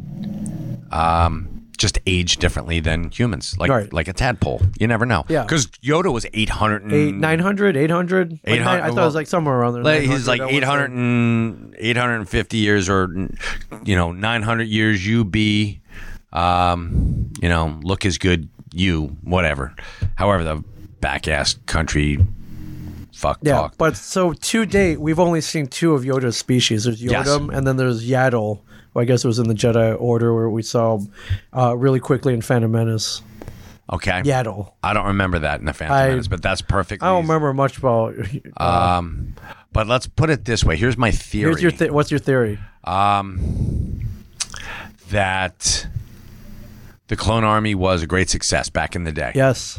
B: um just age differently than humans, like
A: Right.
B: like a tadpole. You never know.
A: Yeah.
B: because Yoda was eight hundred and
A: eight, 900, 800? Like,
B: 800,
A: nine- I thought it
B: well,
A: was like somewhere around there.
B: like,
A: 900,
B: he's like
A: I wanna say.
B: 800 and 850 years or you know 900 years you be um you know look as good you whatever however the back ass country fuck
A: Yeah,
B: talk
A: but so to date, we've only seen two of Yoda's species. There's
B: Yes.
A: Yodam, and then there's Yaddle. who I guess it was in the Jedi Order where we saw uh, really quickly in Phantom Menace.
B: okay
A: Yaddle.
B: I don't remember that in the Phantom
A: I-
B: Menace, but that's perfect.
A: I don't remember much about.
B: Um, but let's put it this way: here's my theory
A: Here's your th- what's your theory?
B: that the Clone Army was a great success back in the day.
A: Yes,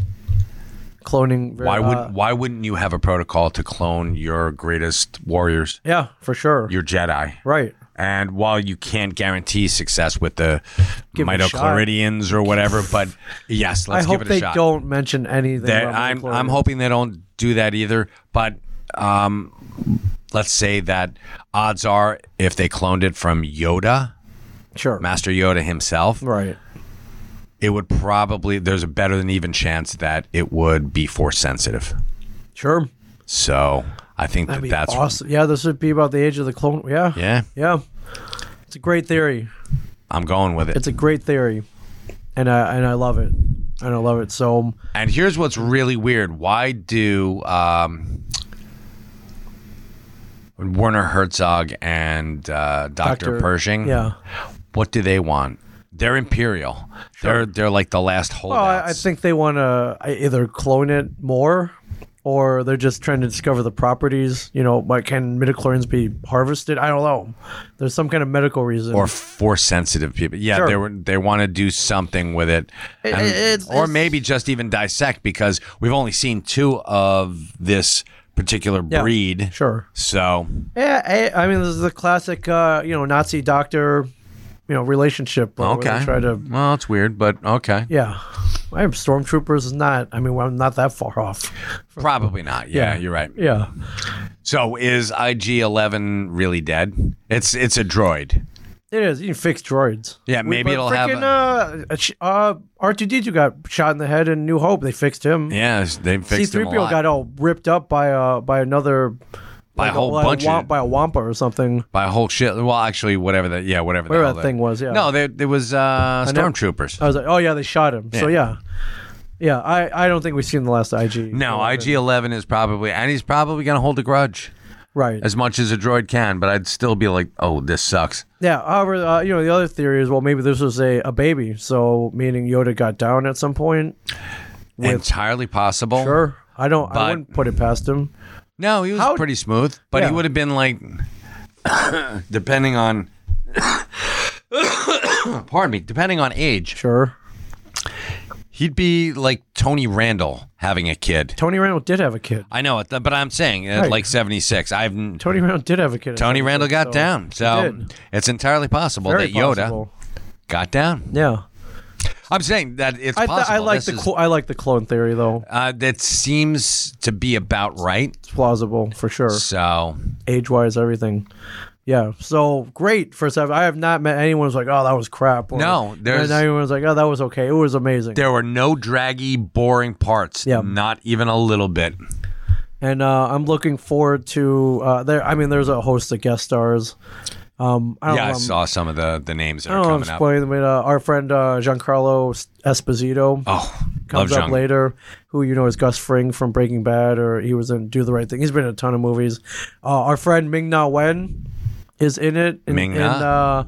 A: cloning. ver-
B: Why would
A: uh,
B: Why wouldn't you have a protocol to clone your greatest warriors,
A: yeah, for sure.
B: your Jedi?
A: Right.
B: And while you can't guarantee success with the
A: Give it a shot.
B: mitochloridians or whatever, but yes, let's
A: I hope
B: give it a
A: they
B: shot.
A: don't mention anything.
B: They-
A: about
B: I'm
A: midichlorians.
B: I'm hoping they don't do that either. But um, let's say that odds are, if they cloned it from Yoda,
A: sure.
B: Master Yoda himself,
A: Right.
B: it would probably there's a better than even chance that it would be force sensitive.
A: Sure.
B: So I think
A: That'd
B: that
A: be
B: that's
A: awesome. Yeah, this would be about the age of the clone. Yeah.
B: yeah.
A: Yeah. It's a great theory.
B: I'm going with it.
A: It's a great theory, and I and I love it, and I love it. So
B: And here's what's really weird. Why do um, Werner Herzog and uh, Dr.
A: Dr.
B: Pershing?
A: yeah,
B: What do they want? They're imperial. They're they're like the last
A: well,
B: holdouts.
A: Oh, I, I think they want to either clone it more, or they're just trying to discover the properties. You know, like can midichlorians be harvested? I don't know. There's some kind of medical reason.
B: or force sensitive people. Yeah,
A: Sure.
B: they were they want to do something with it, And-
A: it's-
B: or
A: it's-
B: maybe just even dissect because we've only seen two of this particular breed.
A: sure.
B: So
A: Yeah, I, I mean, this is the classic, uh, you know, Nazi doctor, you know, relationship. where they
B: okay,
A: Try to,
B: well, it's weird, but okay,
A: yeah. I am stormtroopers is not. I mean, well, I'm not that far off.
B: probably not. Yeah,
A: Yeah.
B: you're right.
A: Yeah.
B: So is IG-11 really dead? It's it's a droid.
A: It is. You can fix droids.
B: Yeah,
A: We-
B: maybe
A: but
B: it'll have
A: frickin', uh, a sh- uh, R2D2 got shot in the head in New Hope. They fixed him.
B: Yeah, they fixed them a
A: C3PO
B: lot.
A: got all ripped up by uh by another
B: By a whole bunch of-
A: wa- by a wampa or something.
B: by a whole shit. Well, actually, whatever that. Yeah, whatever,
A: Whatever
B: the hell
A: that thing was, yeah.
B: No, there there was uh,
A: know.
B: stormtroopers.
A: I was like, oh yeah, they shot him. So yeah, yeah. I I don't think we've seen the last IG.
B: No, IG-11 is probably, and he's probably gonna hold a grudge.
A: right.
B: as much as a droid can, but I'd still be like, oh, this sucks.
A: Yeah. However, uh, you know, the other theory is well, maybe this was a, a baby, so meaning Yoda got down at some point.
B: Entirely possible.
A: Sure. I don't.
B: But-
A: I wouldn't put it past him.
B: No, he was
A: How-
B: pretty smooth, but
A: Yeah.
B: he would have been like, depending on, pardon me, depending on age,
A: Sure.
B: he'd be like Tony Randall having a kid.
A: Tony Randall did have a kid.
B: I know it, but I'm saying at
A: Right.
B: like 76. I've Tony,
A: Tony Randall did have a kid.
B: Randall got
A: So,
B: down, so
A: did.
B: it's entirely possible
A: Very
B: that Yoda
A: possible.
B: got down.
A: Yeah.
B: I'm saying that it's
A: I, th-
B: possible.
A: I like
B: This
A: the
B: is-
A: clo- I like the clone theory though.
B: uh, that seems to be about right.
A: It's plausible for sure.
B: So
A: Age wise, everything. Yeah. So great first half. I have not met anyone who's like, oh, that was crap. Or,
B: No, there's-
A: not everyone's like, oh, that was okay. It was amazing.
B: There were no draggy, boring parts.
A: Yeah.
B: Not even a little bit.
A: and uh, I'm looking forward to uh, there. I mean, there's a host of guest stars. Um, I don't
B: Yeah, I
A: know,
B: saw some of the, the names that
A: I
B: are
A: don't know, I'm
B: coming up.
A: spoiling them, but uh, our friend uh, Giancarlo Esposito
B: oh,
A: comes
B: love
A: up
B: Jung.
A: later, who you know is Gus Fring from Breaking Bad, or he was in Do the Right Thing. He's been in a ton of movies. Uh, our friend Ming Na Wen is in it, and,
B: Ming-Na?
A: and, uh,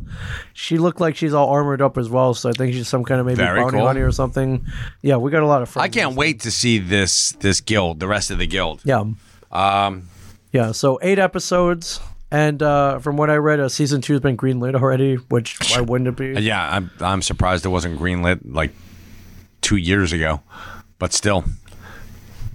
A: she looked like she's all armored up as well. So I think she's some kind of maybe
B: Very
A: bounty
B: cool.
A: hunter or something. Yeah, we got a lot of friends.
B: I can't wait to see this this guild, the rest of the guild.
A: Yeah,
B: Um,
A: yeah. So eight episodes. And uh, from what I read, uh, season two has been greenlit already, which why wouldn't it be?
B: yeah, I'm I'm surprised it wasn't greenlit like two years ago, but still,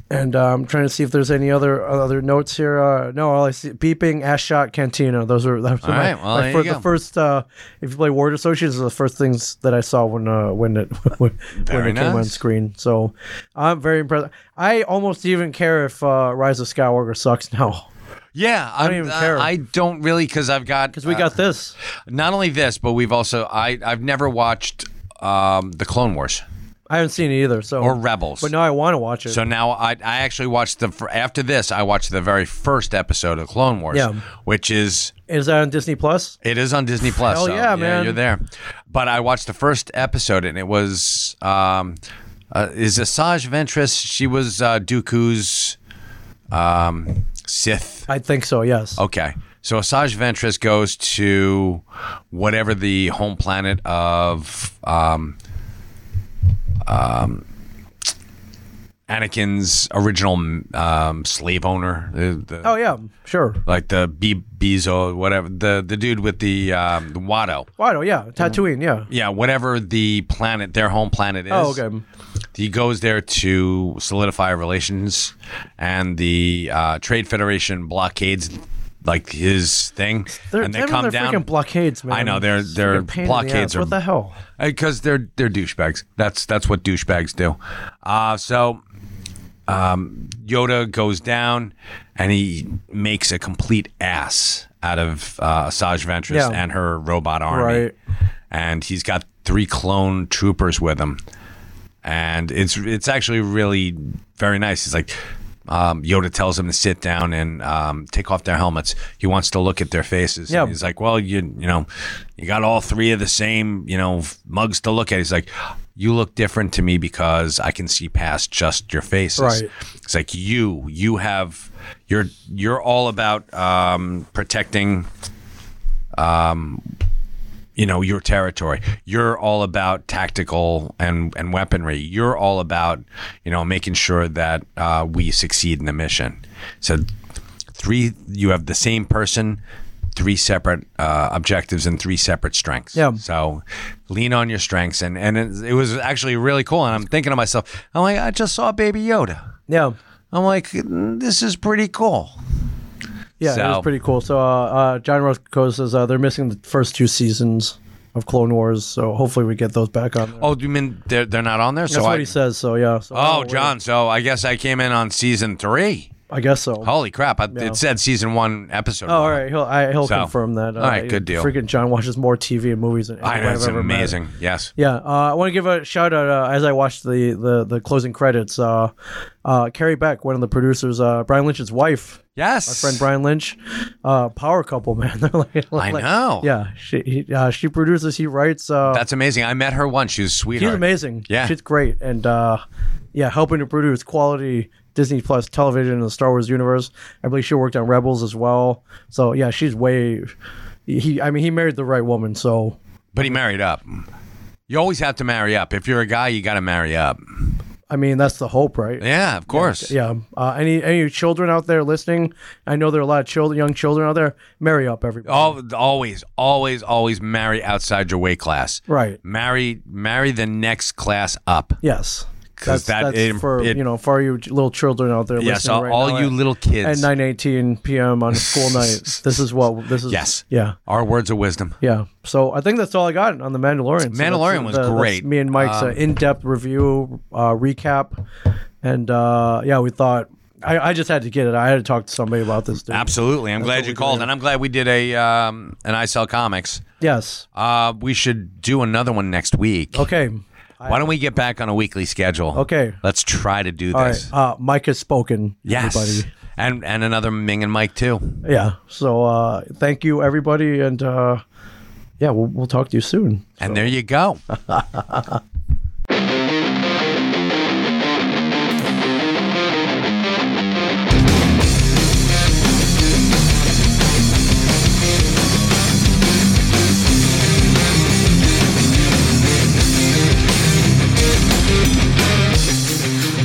A: And uh, I'm trying to see if there's any other other notes here. Uh, no, all I see beeping, ass shot, cantina. Those are those are
B: All
A: my,
B: right, well,
A: my
B: there
A: fir-
B: you go.
A: the first. Uh, if you play Ward Associates, are the first things that I saw when uh, when it when, when
B: Very
A: it came on
B: nice.
A: screen. So I'm very impressed. I almost even care if uh, Rise of Skywalker sucks now
B: yeah. I
A: don't even care.
B: I don't really because I've got uh,
A: because we got this.
B: not only this, but we've also I I've never watched um, the Clone Wars
A: I haven't seen it either. So
B: or Rebels.
A: but now I want to watch it.
B: So now I, I actually watched the fir- after this I watched the very first episode of Clone Wars,
A: Yeah.
B: which is
A: Is that on Disney Plus?
B: it is on Disney Plus.
A: Hell
B: so,
A: yeah, man.
B: You're there, but I watched the first episode and it was um, uh, is Asajj Ventress? She was uh, Dooku's um, Sith.
A: I think so. Yes.
B: Okay, so Asajj Ventress goes to whatever the home planet of um, um, Anakin's original um, slave owner. The, the,
A: Oh yeah, sure.
B: Like the Be- Bezo, whatever the the dude with the um, the Watto,
A: Wado,
B: Mm-hmm.
A: yeah, Tatooine, yeah.
B: yeah, whatever the planet, their home planet is.
A: Oh okay.
B: He goes there to solidify relations, and the uh, Trade Federation blockades like his thing,
A: They're,
B: and they
A: them and
B: come
A: their
B: down
A: freaking blockades, man.
B: I know, they're-
A: It's
B: they're
A: freaking pain in the
B: blockades
A: ass.
B: are-
A: What the hell?
B: because they're they're douchebags. That's that's what douchebags do. Uh, so um, Yoda goes down, and he makes a complete ass out of uh, Asajj Ventress
A: Yeah.
B: and her robot army,
A: Right.
B: and he's got three clone troopers with him, and it's it's actually really very nice. He's like. Um, Yoda tells him to sit down and um, take off their helmets. He wants to look at their faces.
A: Yeah.
B: And he's like, "Well, you you know, you got all three of the same you know f- mugs to look at." He's like, "You look different to me because I can see past just your faces."
A: Right.
B: It's like you you have you're you're all about um, protecting you know your territory you're all about tactical and and weaponry you're all about you know making sure that uh, we succeed in the mission so three you have the same person three separate uh, objectives and three separate strengths
A: Yeah.
B: so lean on your strengths and and it, it was actually really cool and i'm thinking to myself i'm like i just saw baby yoda
A: Yeah.
B: i'm like this is pretty cool
A: Yeah, it was
B: So-
A: pretty cool. So uh, uh, John Roscoe says uh, they're missing the first two seasons of Clone Wars, so hopefully we get those back on. There.
B: oh you mean they're, they're not on there
A: That's
B: so
A: what
B: I,
A: he says. So yeah. So,
B: oh
A: wait,
B: john so i guess i came in on season three
A: I guess so. Oh,
B: Holy crap! I, It said season one, episode. Oh,
A: all right. He'll I, he'll
B: So.
A: confirm that. uh,
B: All right, good deal.
A: Freaking John watches more TV and movies than
B: I
A: anyone
B: know
A: I've
B: it's
A: ever met.
B: amazing. Yes.
A: Yeah, uh, I want to give a shout out uh, as I watched the, the, the closing credits. Uh, uh, Carrie Beck, one of the producers, uh, Brian Lynch's wife,
B: Yes.
A: my friend Brian Lynch, uh, power couple, man. They're like,
B: I know.
A: Yeah, she he, uh, she produces, he writes. Uh,
B: That's amazing. I met her once. She was a sweetheart.
A: she's amazing.
B: Yeah.
A: she's great, and uh, yeah, helping to produce quality Disney Plus television in the Star Wars universe. I believe she worked on Rebels as well. So yeah, she's way. He, I mean, he married the right woman. So
B: But he married up. You always have to marry up. If you're a guy, you got to marry up.
A: I mean, that's the hope, right?
B: Yeah, of course.
A: Yeah. Uh, any any children out there listening? I know there are a lot of children, young children out there. Marry up, everybody.
B: Al- always, always, always marry outside your weight class.
A: Right.
B: Marry, marry the next class up.
A: Yes.
B: 'Cause that- it-
A: for
B: it-
A: you know for you j- little children out there.
B: Yes,
A: listening
B: all,
A: right
B: all
A: now
B: you
A: at-
B: little
A: at
B: kids.
A: nine eighteen p.m. on school night. This is what this is.
B: Yes.
A: Yeah.
B: Our words of wisdom.
A: Yeah. So I think that's all I got on the Mandalorian. So that's-
B: Mandalorian was
A: uh, that's
B: great. Um,
A: Me and Mike's uh, in-depth review uh, recap, and uh, yeah, we thought I, I just had to get it. I had to talk to somebody about this. Dude.
B: Absolutely. I'm glad you called, and I'm glad we did a um, an I sell comics.
A: Yes.
B: Uh, we should do another one next week.
A: Okay.
B: Why don't we get back on a weekly schedule?
A: Okay.
B: Let's try to do
A: All
B: this.
A: right. Uh, Mike has spoken.
B: yes.
A: Everybody.
B: And and another Ming and Mike too.
A: yeah so uh thank you everybody and uh yeah we'll, we'll talk to you soon
B: And there you go.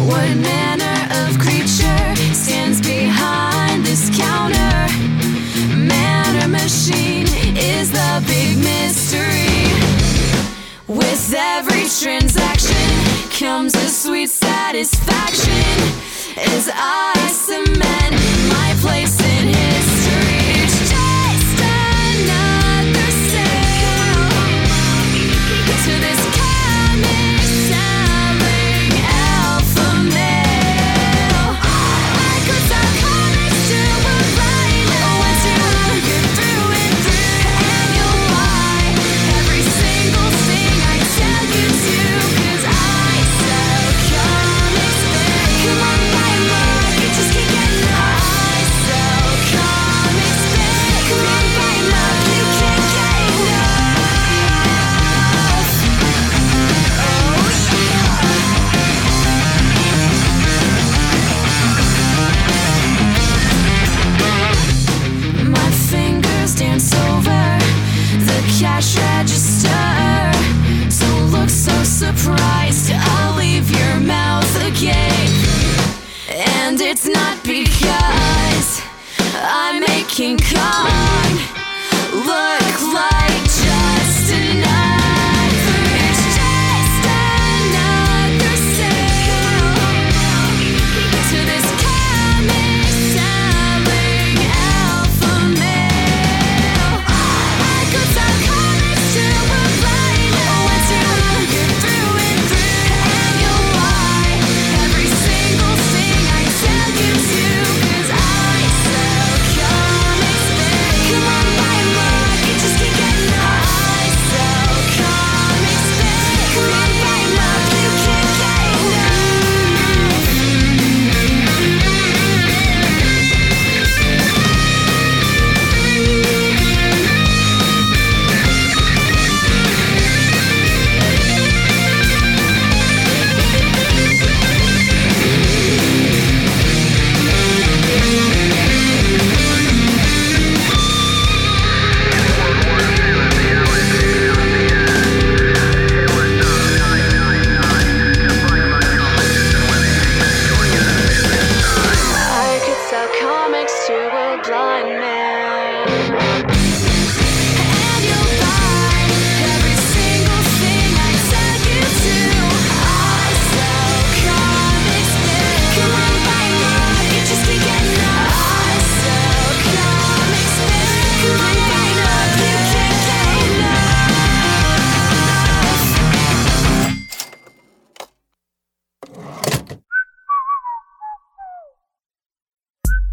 C: What manner of creature stands behind this counter? Man or machine is the big mystery. With every transaction comes a sweet satisfaction as I cement my place in history. It's just another sale to this comic selling alpha male. I could sell comics to a rhino once you look it through and through, and you'll buy every single thing I tell you to, 'cause I sell comics, babe. Come on, buy more, you just can't get enough. I sell comics, babe. Come on, buy more, you can't get enough. My fingers dance over the cash register. Don't look so surprised, I'll leave your mouth agape. And it's not because I'm making Kong look like just another. It's just another sale to this comic selling alpha male. I could sell comics to a rhino once you look it through and through, and you'll buy every single thing I tell you to, 'cause I sell comics, babe.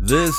B: This